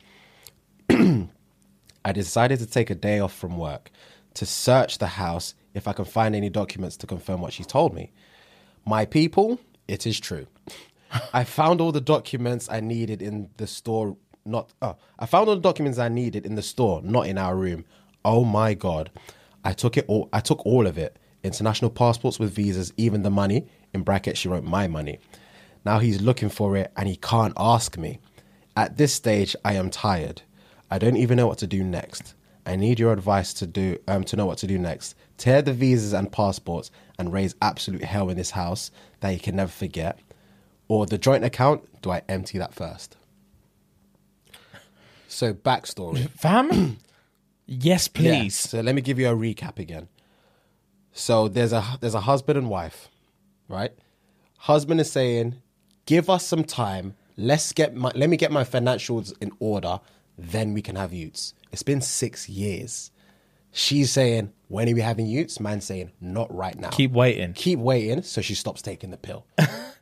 B: [CLEARS THROAT] I decided to take a day off from work to search the house if I can find any documents to confirm what she told me. My people, it is true. I found all the documents I needed in the store. Not oh, I found all the documents I needed in the store, not in our room. Oh my god! I took it all. I took all of it: international passports with visas, even the money. In brackets, she wrote my money. Now he's looking for it, and he can't ask me. At this stage, I am tired. I don't even know what to do next. I need your advice to do um, to know what to do next. Tear the visas and passports and raise absolute hell in this house that you can never forget. Or the joint account, do I empty that first? So backstory. [CLEARS THROAT]
A: Fam, yes,
B: Yeah,
A: please.
B: So uh, let me give you a recap again. So there's a there's a husband and wife, right? Husband is saying, "Give us some time. Let's get my let me get my financials in order. Then we can have utes." It's been six years. She's saying, "When are we having utes?" Man saying, "Not right now.
A: Keep waiting.
B: Keep waiting." So she stops taking the pill.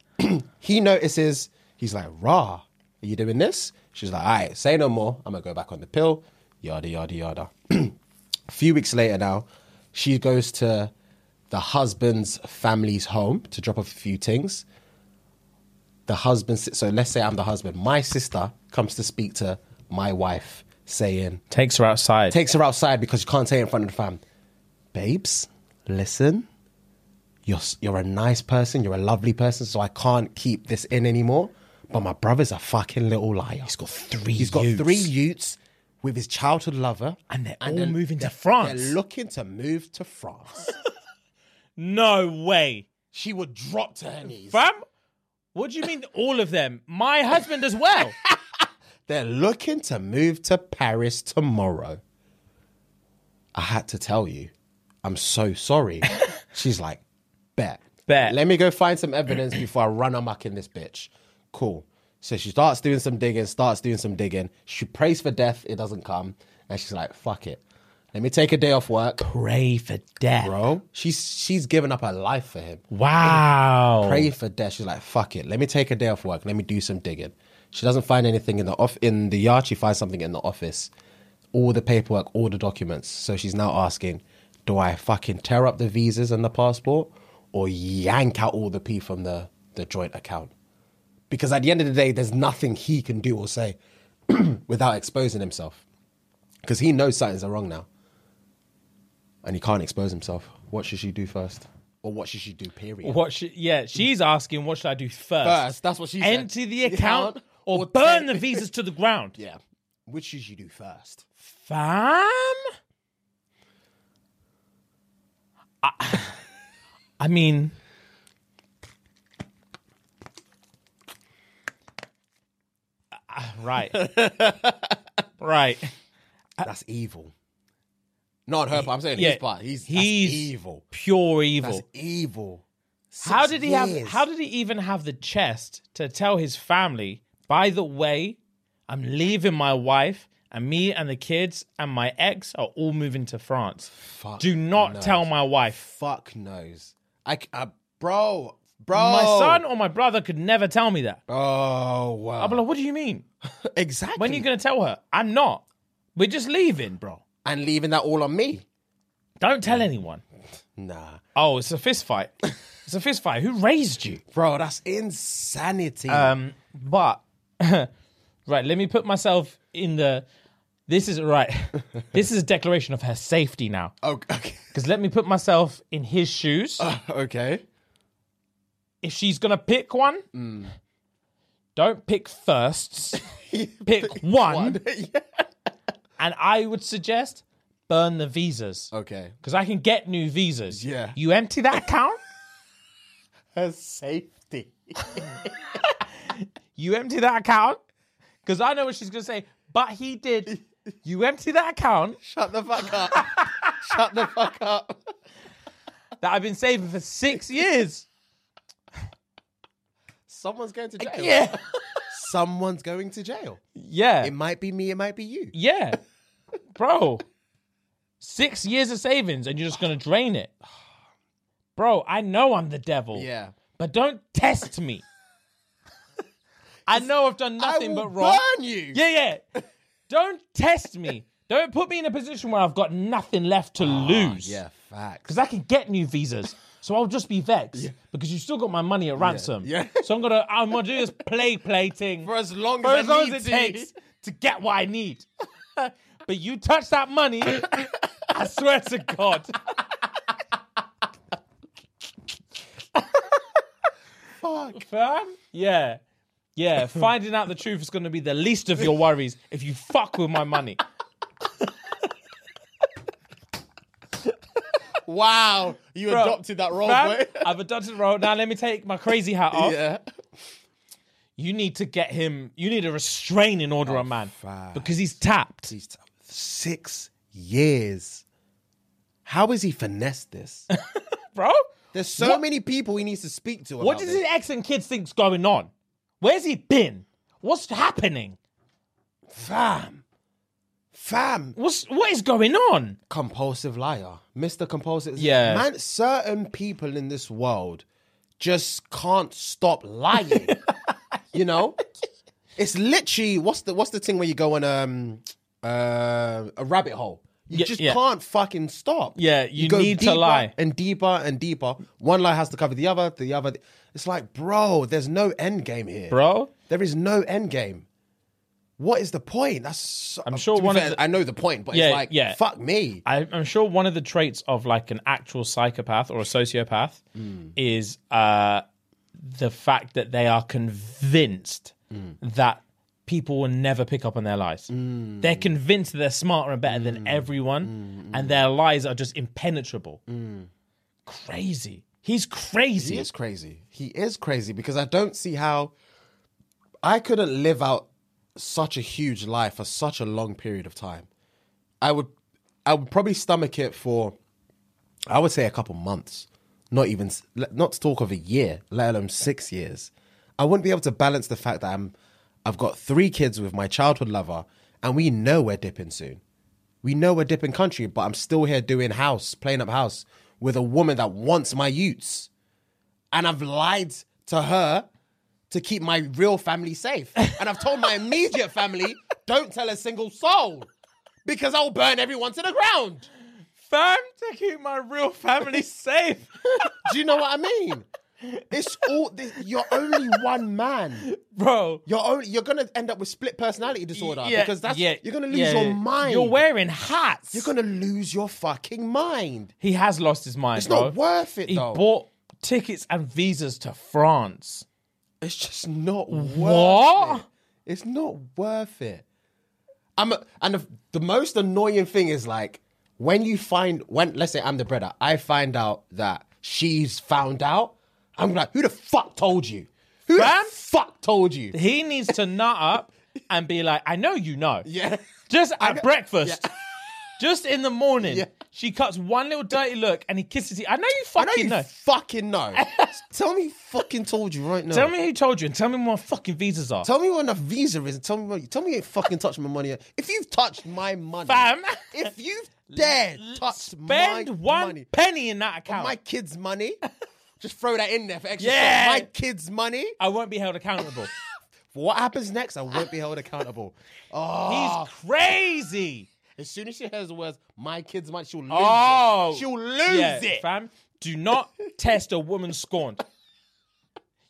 B: [CLEARS THROAT] he notices. He's like, "Rah, are you doing this?" She's like, "All right, say no more. I'm gonna go back on the pill." Yada yada yada. A few weeks later now, she goes to the husband's family's home to drop off a few things. The husband, so let's say I'm the husband. My sister comes to speak to my wife, saying,
A: Takes her outside.
B: takes her outside because you can't say it in front of the fam. Babes, listen. You're s- you're a nice person. You're a lovely person. So I can't keep this in anymore. But my brother's a fucking little liar. He's got
C: three
B: He's got
C: utes.
B: three utes with his childhood lover,
C: And they're all moving to France.
B: They're looking to move to France. [LAUGHS]
A: No way,
B: she would drop to her knees.
A: fam. What do you mean all of them? My husband as well.
B: They're looking to move to Paris tomorrow. I had to tell you. I'm so sorry. She's like, bet.
A: Bet.
B: Let me go find some evidence [CLEARS THROAT] before I run amok in this bitch. Cool. So she starts doing some digging, starts doing some digging. She prays for death, it doesn't come. And she's like, fuck it. Let me take a day off
C: [LAUGHS]
B: work.
C: Pray for death.
B: Bro, she's she's given up her life for him
A: Wow.
B: pray for death. She's like, fuck it. Let me take a day off work. Let me do some digging. She doesn't find anything in the off in the yard. She finds something in the office. All the paperwork, all the documents. So she's now asking, do I fucking tear up the visas and the passport or yank out all the P from the, the joint account? Because at the end of the day, there's nothing he can do or say [CLEARS THROAT] without exposing himself. Because he knows something's wrong now. And he can't expose himself. What should she do first? Or what should she do, period?
A: What? Sh- yeah, she's asking. What should I do first?
B: First, that's what she said.
A: Empty the account or,
B: Or
A: burn
B: take-
A: the visas to the ground.
B: [LAUGHS] Yeah. Which should you do first?
A: Fam? I- I mean, Ah,
B: [LAUGHS]
A: right, right.
B: That's evil. Not on her part. I'm saying
A: Uh, yeah,
B: his part. He's, that's
A: he's
B: evil.
A: Pure evil.
B: That's evil.
A: how
D: six
A: did he have?
D: years.
A: How did he even have the chest to tell his family? By the way, I'm leaving my wife, and me and the kids and my ex are all moving to France. Do not
B: no.
A: tell my wife.
B: Fuck knows. I, c- I- bro, bro.
A: My son or my brother could never tell me that.
B: Oh wow.
A: I'll be like, what do you
B: [LAUGHS]
A: mean?
B: exactly.
A: When are you gonna tell her? I'm not. We're just leaving, bro.
B: and leaving that all on me.
A: Don't tell anyone.
B: Nah,
A: Oh, it's a fist fight. It's a fist fight. Who raised you?
B: bro, that's insanity.
A: Um, but [LAUGHS] right, let me put myself in the. This is right. this is a declaration of her safety now.
B: Oh, [LAUGHS] okay.
A: Because let me put myself in his shoes.
B: Ah. okay.
A: if she's gonna pick one, don't pick firsts. [LAUGHS] pick one, and I would suggest burn the visas.
B: Okay.
A: Because I can get new visas.
B: Yeah.
A: You empty that account.
B: Her safety.
A: You empty that account. Because I know what she's gonna say. But he did. You empty that account.
B: Shut the fuck up. Shut the fuck up.
A: that I've been saving for
B: [LAUGHS]
A: six years.
B: Someone's going
A: [LAUGHS]
B: to jail.
A: Yeah.
B: Someone's going to jail.
A: Yeah.
B: It might be me. It might be you.
A: Yeah. Bro. Six years of savings and you're just going to drain it. Bro, I know I'm the devil. But don't test
B: [LAUGHS]
A: me. I know I've done nothing
B: I will
A: but wrong.
B: burn you.
A: Yeah, yeah. Don't test me. Don't put me in a position where I've got nothing left to lose.
B: Ah, Yeah. Facts.
A: because I can get new visas. So I'll just be vexed because you still got my money at ransom.
B: yeah.
A: [LAUGHS] So I'm gonna I'm gonna do this play play thing
B: For as long
A: for
B: as I
A: as long
B: need
A: as it [LAUGHS]
B: to.
A: takes to get what I need. [LAUGHS] but you touch that money, I swear to God. Fuck, fam. Yeah,
B: [LAUGHS]
A: yeah. Finding out the truth is gonna be the least of your worries if you fuck with my money.
B: Wow. You
A: Bro,
B: [LAUGHS] adopted that role,
A: fam,
B: boy. [LAUGHS]
A: I've adopted the role. Now let me take my crazy hat off.
B: Yeah.
A: you need to get him. You need a restraining order
B: Oh,
A: on man
B: fuck.
A: because he's tapped.
B: Six years. How has he
A: [LAUGHS]
B: finessed this?
A: bro.
B: There's so many people he needs to speak to.
A: What
B: about
A: does
B: this.
A: his ex and kids think's going on? Where's he been? What's happening?
B: Fam. Fam.
A: What's what is going on?
B: Compulsive liar. Mr. Compulsive.
A: Yeah.
B: Man, certain people in this world just can't stop
A: [LAUGHS]
B: lying. you know? It's literally what's the what's the thing where you go on um uh, a rabbit hole? You
A: Yeah,
B: just
A: yeah.
B: can't fucking stop.
A: Yeah, you
B: go
A: need to
B: deeper
A: lie.
B: and deeper and deeper. One lie has to cover the other, the other. It's like, bro, there's no end game here,
A: Bro.
B: There is no end game. What is the point? That's so,
A: I'm sure
B: to be
A: one of
B: fair,
A: the-
B: I know the point, but
A: Yeah,
B: it's like,
A: yeah.
B: fuck me.
A: I, I'm sure one of the traits of like an actual psychopath or a sociopath is uh, the fact that they are convinced that people will never pick up on their lies. They're convinced that they're smarter and better than everyone, and their lies are just impenetrable. Crazy. He's crazy.
B: He is crazy. He is crazy because I don't see how I couldn't live out such a huge lie for such a long period of time. I would I would probably stomach it for I would say a couple months. Not even s- le- not to talk of a year, let alone 6 years. I wouldn't be able to balance the fact that I'm I've got 3 kids with my childhood lover and we know we're dipping soon. We know we're dipping country, but I'm still here doing house, playing up house with a woman that wants my utes and I've lied to her to keep my real family safe. And I've
A: [LAUGHS]
B: told my immediate family, don't tell a single soul because I'll burn everyone to the ground.
A: Fam, to keep my real
B: [LAUGHS]
A: family safe.
B: Do you know what I mean? It's all this, you're only one man.
A: Bro.
B: You're only you're gonna end up with split personality disorder
A: Yeah,
B: because that's
A: yeah,
B: you're gonna lose
A: yeah.
B: your mind.
A: You're wearing hats.
B: You're gonna lose your fucking mind.
A: He has lost his mind.
B: It's not
A: bro.
B: worth it
A: He
B: though.
A: bought tickets and visas to France.
B: It's just not worth
A: What?
B: it. It's not worth it. I'm a, and the, the most annoying thing is like when you find when let's say I'm the breader, I find out that she's found out. I'm like, who the fuck told you? Who
A: Fam?
B: the fuck told
A: [LAUGHS]
B: you?
A: He needs to nut up and be like, I know you know.
B: Yeah.
A: Just at breakfast. [LAUGHS] Just in the morning, she cuts one little dirty look and he kisses you. I know you
B: I
A: fucking
B: know you
A: know.
B: fucking
A: [LAUGHS]
B: know. tell me, fucking told you right now.
A: Tell me who told you and tell me what my fucking visas are.
B: Tell me when the visa is. Tell me. What, tell me you ain't fucking touched my money. yet. If you've touched my money,
A: Fam. [LAUGHS]
B: If you've dared touch
A: Spend
B: my
A: one
B: money,
A: penny in that
B: on
A: account.
B: my kids' [LAUGHS] money, just throw that in there for extra.
A: Yeah.
B: Yeah. my kids' money.
A: I won't be held accountable.
B: What happens next? I won't be held accountable.
A: He's crazy.
B: [LAUGHS] As soon as she hears the words "my kids' money," she'll lose
A: Oh.
B: it. She'll lose
A: yeah,
B: it.
A: fam. Do not test a woman scorned.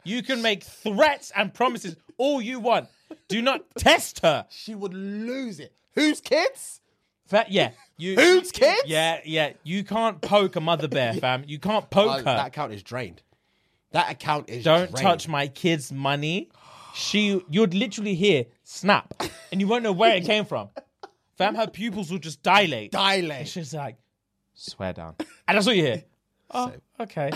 A: You can make threats and promises all you want. Do not test her.
B: She would lose it. Whose kids?
A: Fa- yeah, you.
B: Whose kids?
A: Yeah, yeah. You can't poke a mother bear, fam. You can't poke
B: Uh,
A: her.
B: that account is drained. That account is
A: Don't
B: drained.
A: touch my kids' money. She, you'd literally hear snap, and you won't know where it came from. Fam, her pupils will just dilate. And
B: dilate.
A: she's like, swear down. [LAUGHS] And that's all you hear. Oh, okay.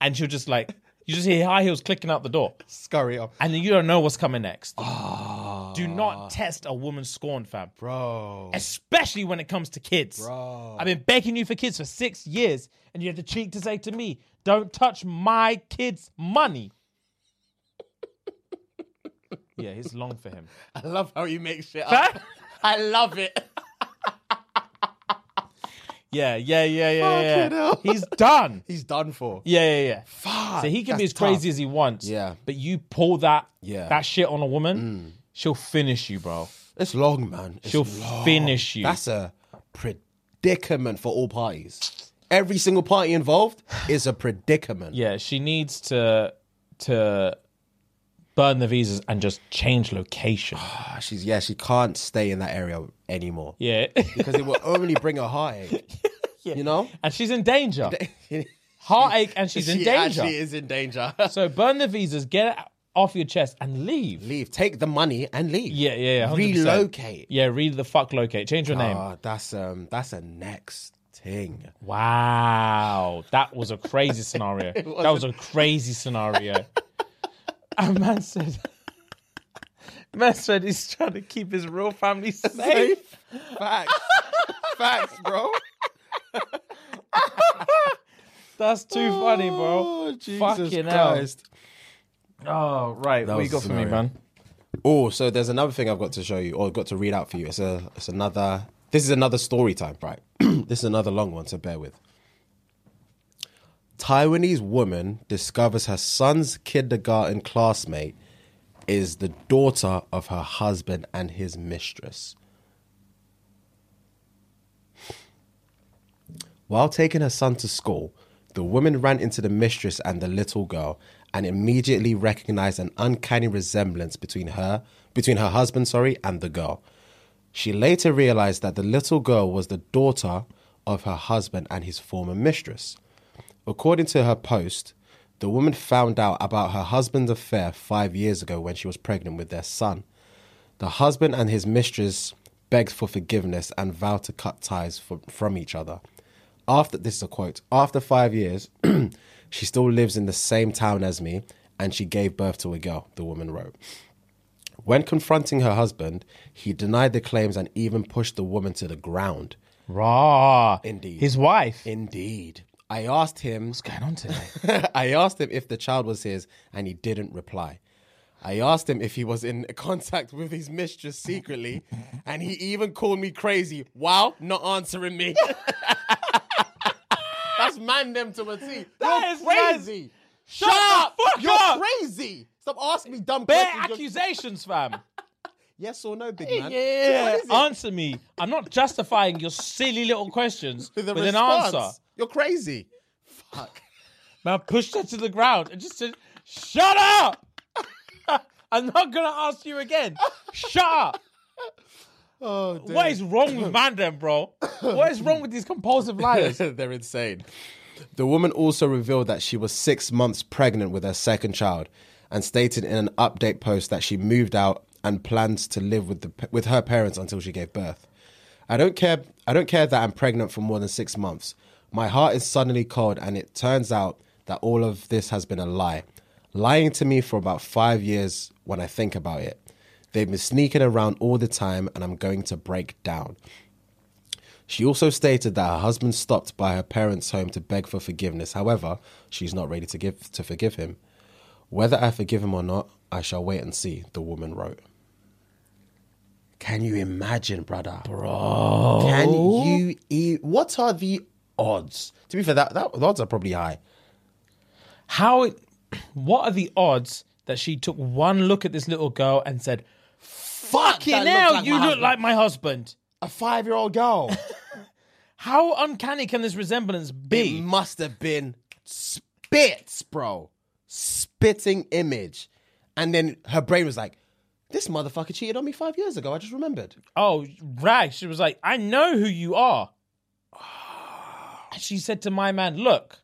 A: And she'll just like, you just hear high heels clicking out the door.
B: Scurry off,
A: And then you don't know what's coming next. Do not test a woman scorned, fam.
B: bro.
A: Especially when it comes to kids. I've been begging you for kids for six years, and you have the cheek to say to me, don't touch my kids' money. yeah, it's long for him.
B: I love how you make shit up. [LAUGHS] I love it.
A: Yeah, yeah, yeah, yeah, yeah.
B: Fucking hell.
A: He's done.
B: He's done for.
A: Yeah, yeah, yeah.
B: Fuck,
A: So he can be as
B: Ah, that's
A: crazy
B: tough.
A: as he wants.
B: Yeah.
A: But you pull that
B: Yeah. Mm.
A: that shit on a woman, she'll finish you, bro.
B: It's long, man. It's
A: She'll
B: long.
A: finish you.
B: That's a predicament for all parties. Every single party involved is a predicament.
A: Yeah, she needs to to burn the visas and just change
B: [SIGHS]
A: location.
B: Ah, She's yeah, she can't stay in that area anymore
A: yeah. [LAUGHS]
B: because it will only bring her heartache. You know,
A: and she's in danger.
B: [LAUGHS]
A: Heartache and she's in
B: She
A: danger.
B: actually is in danger. [LAUGHS]
A: So burn the visas, get it off your chest and leave.
B: leave, take the money and leave.
A: Yeah, yeah, yeah. 100%.
B: relocate.
A: Yeah, read the fuck locate. Change your name.
B: Ah, that's um, that's a next thing.
A: [LAUGHS] Wow, that was a crazy [LAUGHS] scenario. that was a crazy scenario. [LAUGHS] A man said, [LAUGHS] man said he's trying to keep his real family [LAUGHS] safe.
B: Facts, facts, bro.
A: That's too funny, bro.
B: Oh, Jesus
A: Fucking
B: Christ.
A: hell. Oh, right. what
B: was
A: you got
B: the
A: for me,
B: scenario.
A: man?
B: Oh, so there's another thing I've got to show you or got to read out for you. It's a it's another this is another story time, right? [CLEARS THROAT] this is another long one, so bear with. Taiwanese woman discovers her son's kindergarten classmate is the daughter of her husband and his mistress. While taking her son to school, the woman ran into the mistress and the little girl and immediately recognized an uncanny resemblance between her between her husband, sorry, and the girl. She later realized that the little girl was the daughter of her husband and his former mistress. According to her post, the woman found out about her husband's affair 5 years ago when she was pregnant with their son. The husband and his mistress begged for forgiveness and vowed to cut ties for, from each other. After this is a quote. After five years, [CLEARS THROAT] she still lives in the same town as me, and she gave birth to a girl. The woman wrote. When confronting her husband, he denied the claims and even pushed the woman to the ground.
A: Raw.
B: Indeed.
A: His wife.
B: Indeed, I asked him.
A: What's going on today?
B: [LAUGHS] I asked him if the child was his, and he didn't reply. I asked him if he was in [LAUGHS] contact with his mistress secretly, and he even called me crazy while not answering me. [LAUGHS] That's man them to a T.
A: That
B: You're
A: is
B: crazy.
A: mad.
B: Shut,
A: the
B: up.
A: fuck
B: You're
A: up.
B: crazy. Stop asking me dumb
A: Bare
B: questions. You're-
A: accusations, fam.
B: Yes or no, big
A: [LAUGHS]
B: man.
A: Yeah. Ah.
B: What is it?
A: Answer me. I'm not justifying your silly little questions with,
B: With, a
A: an
B: response.
A: answer.
B: You're crazy. Fuck.
A: Man pushed her to the ground and just said, Shut up! [LAUGHS] I'm not gonna ask you again. Shut up!
B: Oh, dear.
A: What is wrong with man then, bro? What is wrong with these compulsive liars?
B: [LAUGHS] They're insane. The woman also revealed that she was six months pregnant with her second child and stated in an update post that she moved out and plans to live with, the, with her parents until she gave birth. I don't care. I don't care that I'm pregnant for more than six months. My heart is suddenly cold, and it turns out that all of this has been a lie, lying to me for about five years. When I think about it, they've been sneaking around all the time, and I'm going to break down. She also stated that her husband stopped by her parents' home to beg for forgiveness. However, she's not ready to give to forgive him. Whether I forgive him or not, I shall wait and see, the woman wrote. Can you imagine, brother? Bro. Can you e- what are the odds? To be fair, that, that the odds are probably high.
A: [LAUGHS] How? It, what are the odds that she took one look at this little girl and said,
B: Fucking
A: "Fucking hell, you look like my husband."
B: a five year old girl.
A: How uncanny can this resemblance
B: it
A: be?
B: must have been spits, bro. Spitting image. And then her brain was like, this motherfucker cheated on me five years ago. I just remembered.
A: Oh, right. She was like, I know who you are. And she said to my man, Look,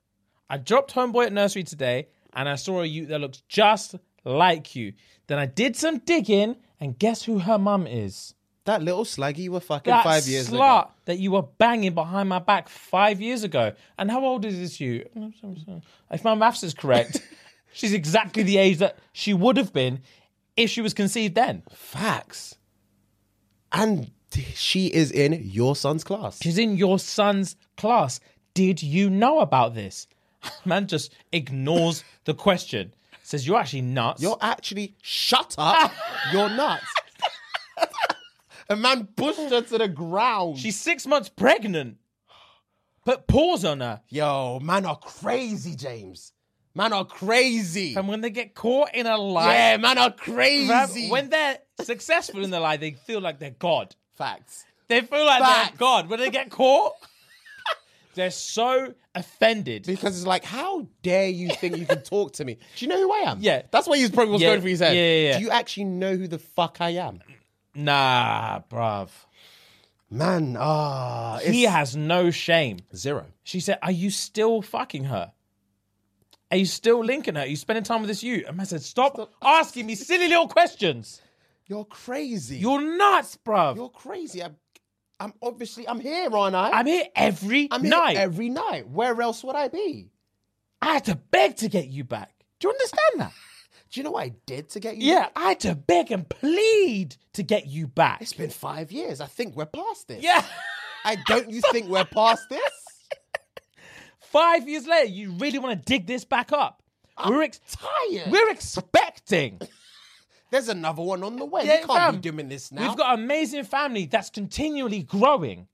A: I dropped homeboy at nursery today and I saw a youth that looks just like you. Then I did some digging and guess who her mum is?
B: That little slaggy you were fucking
A: That
B: five years
A: slut
B: ago.
A: that you were banging behind my back five years ago. And how old is this you? If my maths is
B: [LAUGHS]
A: correct, she's exactly the age that she would have been if she was conceived then.
B: Facts. And she is in your son's class.
A: She's in your son's class. Did you know about this? [LAUGHS] Man just ignores the question. Says you're actually nuts.
B: You're actually, shut
A: [LAUGHS]
B: up. You're nuts. a man pushed her to the ground.
A: She's six months pregnant. Put pause on her.
B: Yo, man are crazy, James. Man are crazy.
A: And when they get caught in a lie,
B: yeah, man are
A: bruv,
B: crazy.
A: when they're successful in the lie, they feel like they're God.
B: Facts.
A: They feel like
B: Facts.
A: they're God. When they get caught, [LAUGHS] they're so offended.
B: Because it's like, how dare you think
A: [LAUGHS]
B: you can talk to me? Do you know who I am?
A: Yeah.
B: That's what he's probably was
A: Yeah,
B: going through his head.
A: yeah, yeah, yeah.
B: Do you actually know who the fuck I am?
A: Nah, bruv.
B: Man, ah.
A: He has no shame.
B: zero.
A: She said, Are you still fucking her? Are you still linking her? Are you spending time with this you? And I said, Stop, asking me silly little questions.
B: You're crazy.
A: You're nuts, bruv.
B: You're crazy. I'm, I'm obviously, I'm here, aren't I?
A: I'm here every
B: I'm here
A: night.
B: every night. Where else would I be?
A: I had to beg to get you back. Do you understand
B: [LAUGHS]
A: that?
B: Do you know what I did to get you?
A: Yeah, I had to beg and plead to get you back.
B: It's been five years. I think we're past
A: [LAUGHS]
B: this.
A: yeah.
B: I don't you think we're past this?
A: Five years later, you really want to dig this back up. [LAUGHS] we're, ex-
B: Tired.
A: we're expecting.
B: There's another one on the way.
A: Yeah,
B: we can't
A: fam.
B: be doing this now.
A: We've got an amazing family that's continually growing.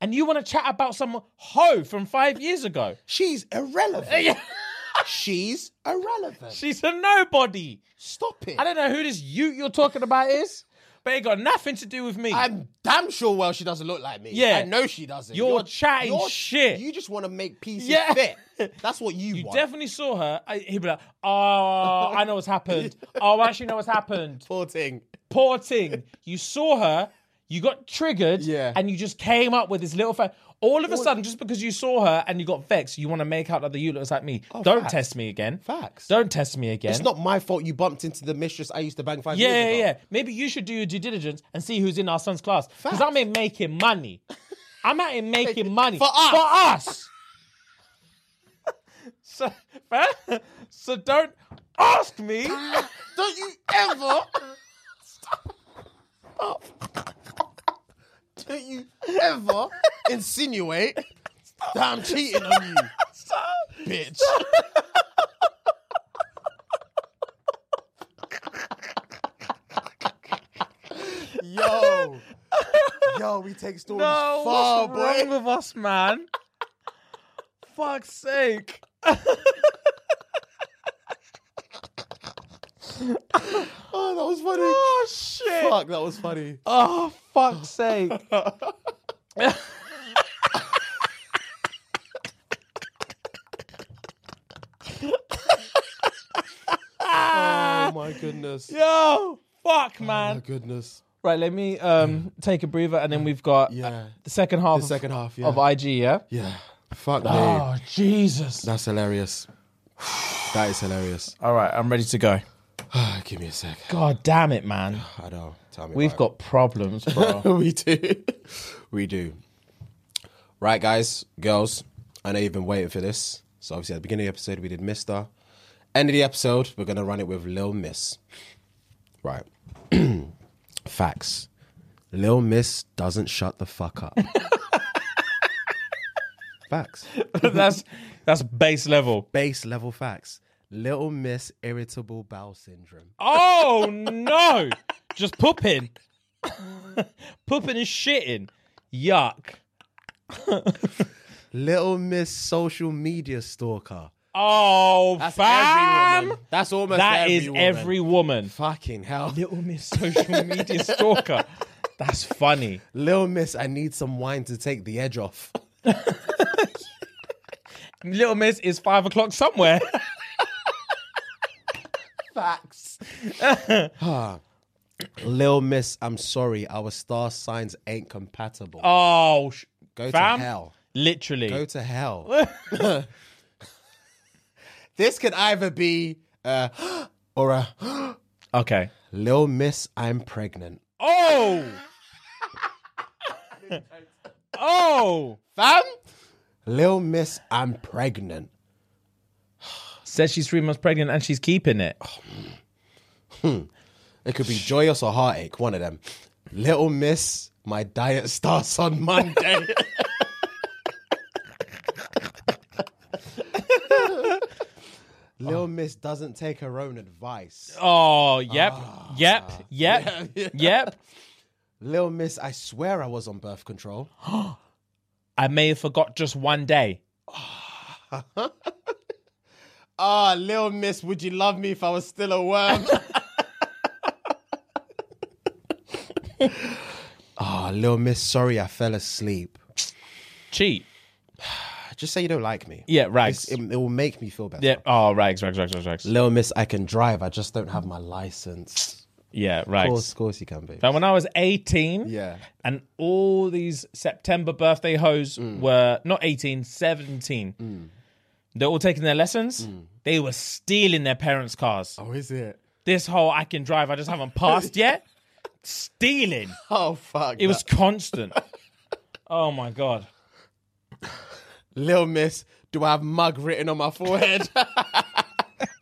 A: And you want to chat about some hoe from five years
B: [LAUGHS]
A: ago. [LAUGHS]
B: She's irrelevant. She's irrelevant.
A: She's a nobody.
B: Stop it.
A: I don't know who this you you're talking about is, but it got nothing to do with me.
B: I'm damn sure well she doesn't look like me.
A: Yeah.
B: I know she doesn't.
A: You're chatting shit.
B: You just want to make pieces
A: Yeah.
B: fit.
A: [LAUGHS]
B: That's what you,
A: you
B: want.
A: definitely saw her. I, he'd be like, oh, I know what's happened. Oh, I actually know what's happened.
B: Poor thing.
A: Poor thing. You saw her, you got triggered,
B: Yeah.
A: and you just came up with this little fa- All of a sudden, just because you saw her and you got vexed, you want to make out that the you looks like me. Don't
B: Oh, facts.
A: test me again.
B: Facts.
A: Don't test me again.
B: It's not my fault you bumped into the mistress I used to bang five years
A: Yeah, yeah,
B: ago.
A: yeah. Maybe you should do your due diligence and see who's in our son's class. Because
B: Facts.
A: I'm in making money. I'm out in
B: [LAUGHS]
A: making money.
B: For us.
A: For
B: [LAUGHS]
A: us. so, fam, so don't ask me. [LAUGHS]
B: Don't you ever. Don't you ever insinuate that I'm cheating on you, bitch.
A: [LAUGHS]
B: Yo, yo, we take stories
A: No,
B: far,
A: what's
B: boy.
A: wrong with us, man? [LAUGHS] Fuck's sake.
B: Oh, that was funny.
A: Oh, shit.
B: Fuck, that was funny.
A: Oh, fuck's sake.
B: Oh my
A: [LAUGHS]
B: goodness.
A: Yo, fuck,
B: Oh,
A: man.
B: my goodness.
A: Right, let me um take a breather, and then we've got uh,
B: Yeah.
A: the second half,
B: The
A: of-
B: second half, yeah.
A: of IG, yeah?
B: Yeah. Fuck me.
A: Oh, Jesus.
B: That's hilarious. That is hilarious. [SIGHS]
A: All right, I'm ready to go.
B: Give me a sec.
A: God damn it, [SIGHS] man.
B: I know. Tell me.
A: We've got
B: about
A: problems, bro. [LAUGHS]
B: it. [LAUGHS] we do. we do. Right, guys, girls. I know you've been waiting for this. So obviously at the beginning of the episode we did Mister. End of the episode, we're gonna run it with Lil Miss. Right. [LAUGHS] Facts. Lil Miss doesn't shut the fuck up. Facts.
A: [LAUGHS] that's that's base level.
B: Base level facts. Little Miss Irritable Bowel Syndrome.
A: Oh [LAUGHS] no! Just pooping, [LAUGHS] pooping and shitting. Yuck.
B: Little Miss Social Media Stalker.
A: Oh, fam.
B: That's almost
A: That
B: every
A: is
B: woman.
A: every woman.
B: Fucking hell.
A: Little Miss [LAUGHS] Social Media Stalker. That's funny.
B: Little Miss, I need some wine to take the edge off.
A: Little Miss is five o'clock [LAUGHS] somewhere.
B: Facts. Little Miss, I'm sorry, our star signs ain't compatible.
A: Oh, sh-
B: Go
A: fam.
B: to hell.
A: Literally.
B: Go
A: [LAUGHS]
B: to hell. [LAUGHS] this could either be uh, [GASPS] or a [GASPS]
A: okay.
B: Lil Miss, I'm pregnant.
A: Oh. [LAUGHS] oh.
B: Fam? Lil Miss, I'm pregnant.
A: Says she's three months pregnant and she's keeping it.
B: It could be joyous or heartache, one of them. Little Miss, my diet starts on Monday. Lil Miss doesn't take her own advice.
A: Oh, yep.
B: Ah.
A: yep. Yep. Yep.
B: Lil Miss, I swear I was on birth control.
A: I may have forgot just one day.
B: Ah, Lil Miss, would you love me if I was still a worm? [LAUGHS] Ah, Lil Miss, sorry I fell asleep.
A: Cheat.
B: Just say you don't like me.
A: Yeah, rags.
B: It's- It, it will make me feel better.
A: Yeah. Oh, rags, rags, rags, rags, rags.
B: Lil Miss, I can drive. I just don't have my license.
A: Yeah,
B: Of
A: rags.
B: course, of course you can, babe.
A: Now, when I was 18,
B: Yeah.
A: and all these September birthday hoes
B: Mm.
A: were not 18, 17. They're all taking their lessons. They were stealing their parents' cars.
B: Mm. Oh, is it?
A: This whole I can drive, I just haven't passed yet. Stealing.
B: [LAUGHS] Oh, fuck.
A: It was constant. oh my God.
B: Lil Miss, do I have mug written on my forehead? [LAUGHS]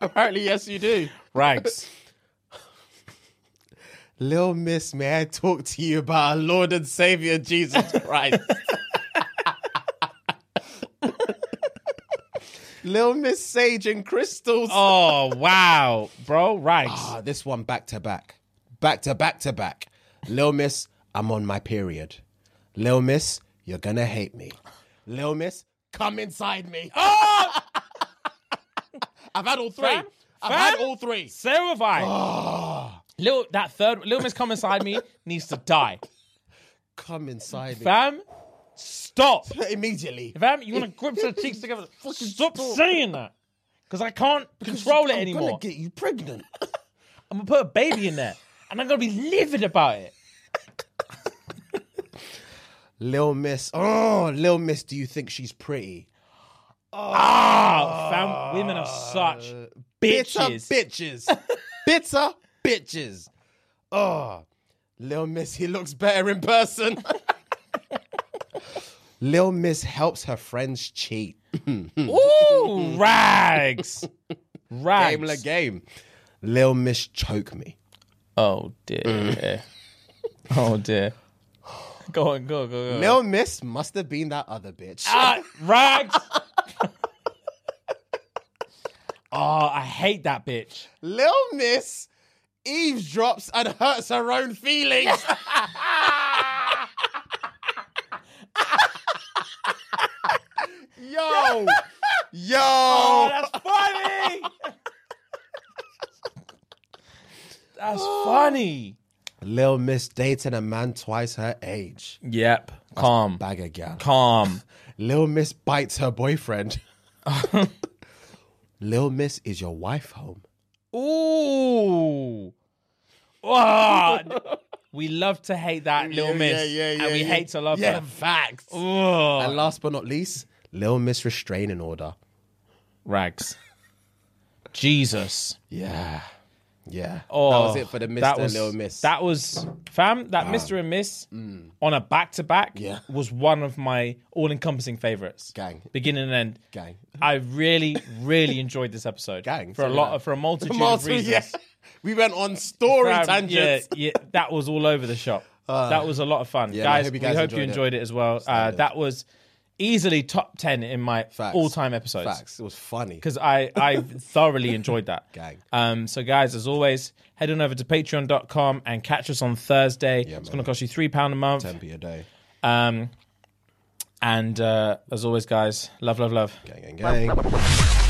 B: Apparently, yes, you do.
A: Rags.
B: Lil Miss, may I talk to you about our Lord and Savior [LAUGHS] Jesus Christ? Lil Miss Sage and Crystals.
A: [LAUGHS]
B: Ah,
A: Oh, wow. Bro, rags.
B: this one back to back. Back to back to back. Lil Miss, I'm on my period. Lil Miss, you're gonna hate me. Lil Miss, come inside me. [LAUGHS] I've had all three.
A: Fam?
B: I've
A: Fam?
B: had all three.
A: So have I.
B: Ah.
A: Little, that third, Little Miss Come Inside Me needs to die.
B: Come inside me.
A: Fam, stop.
B: Immediately.
A: Fam, you want to grip your cheeks together. Stop saying that. Because I can't control it
B: I'm gonna
A: anymore.
B: get you pregnant.
A: I'm going to put a baby in there. And I'm going to be livid about it.
B: Lil Miss. Oh, Lil Miss, do you think she's pretty?
A: Ah, fam, women are such
B: Uh,
A: bitches.
B: [LAUGHS] bitches. Bitter bitches. Oh, Lil Miss, he looks better in person. [LAUGHS] Lil Miss helps her friends cheat.
A: Ooh,
B: [LAUGHS]
A: rags. Rags.
B: Game la game. Lil Miss choke me.
A: Oh,
B: Mm.
A: dear. oh, dear. Go on, go, go, go.
B: Lil Miss must have been that other bitch.
A: Ah, rags. [LAUGHS] oh, I hate that bitch.
B: Lil Miss eavesdrops and hurts her own [LAUGHS] feelings. yo, [LAUGHS] yo,
A: Oh, that's funny. that's funny.
B: Lil Miss dating a man twice her age.
A: Yep. Calm.
B: Bag again.
A: Calm.
B: Lil Miss bites her boyfriend. [LAUGHS] Lil Miss is your wife home.
A: [LAUGHS] Ooh. Ah. we love to hate that little miss. and we hate to love
B: yeah,
A: her.
B: facts.
A: Ugh.
B: And last but not least, Lil Miss restraining order.
A: Rags. Jesus.
B: Yeah. Yeah.
A: Oh,
B: that was it for the Mr.
A: that was-
B: Lil Miss. Mm.
A: That was fam. That Mr. and Miss on a back to back
B: Yeah.
A: was one of my all-encompassing favorites.
B: Gang.
A: beginning and end.
B: Gang.
A: I really, really enjoyed this episode.
B: Gang,
A: for a
B: so
A: lot
B: did I.
A: of for a multitude
B: Multiple-
A: of
B: yeah.
A: reasons.
B: We went on story
A: Fam,
B: tangents. Uh,
A: Yeah, yeah, that
B: [LAUGHS]
A: was all over the shop. that was a lot of fun,
B: Yeah, I
A: guys.
B: hope you
A: we
B: guys
A: hope you
B: enjoyed it.
A: enjoyed it, as well. Uh, that was easily top ten in my
B: Facts.
A: all-time episodes.
B: Facts. It was funny.
A: because I, I thoroughly enjoyed that.
B: Gang.
A: Um, so, guys, as always, head on over to patreon.com and catch us on Thursday. it's going to cost you £3 a month.
B: Be a day.
A: Um, and uh, as always, guys, love, love, love.
B: Gang, gang, gang.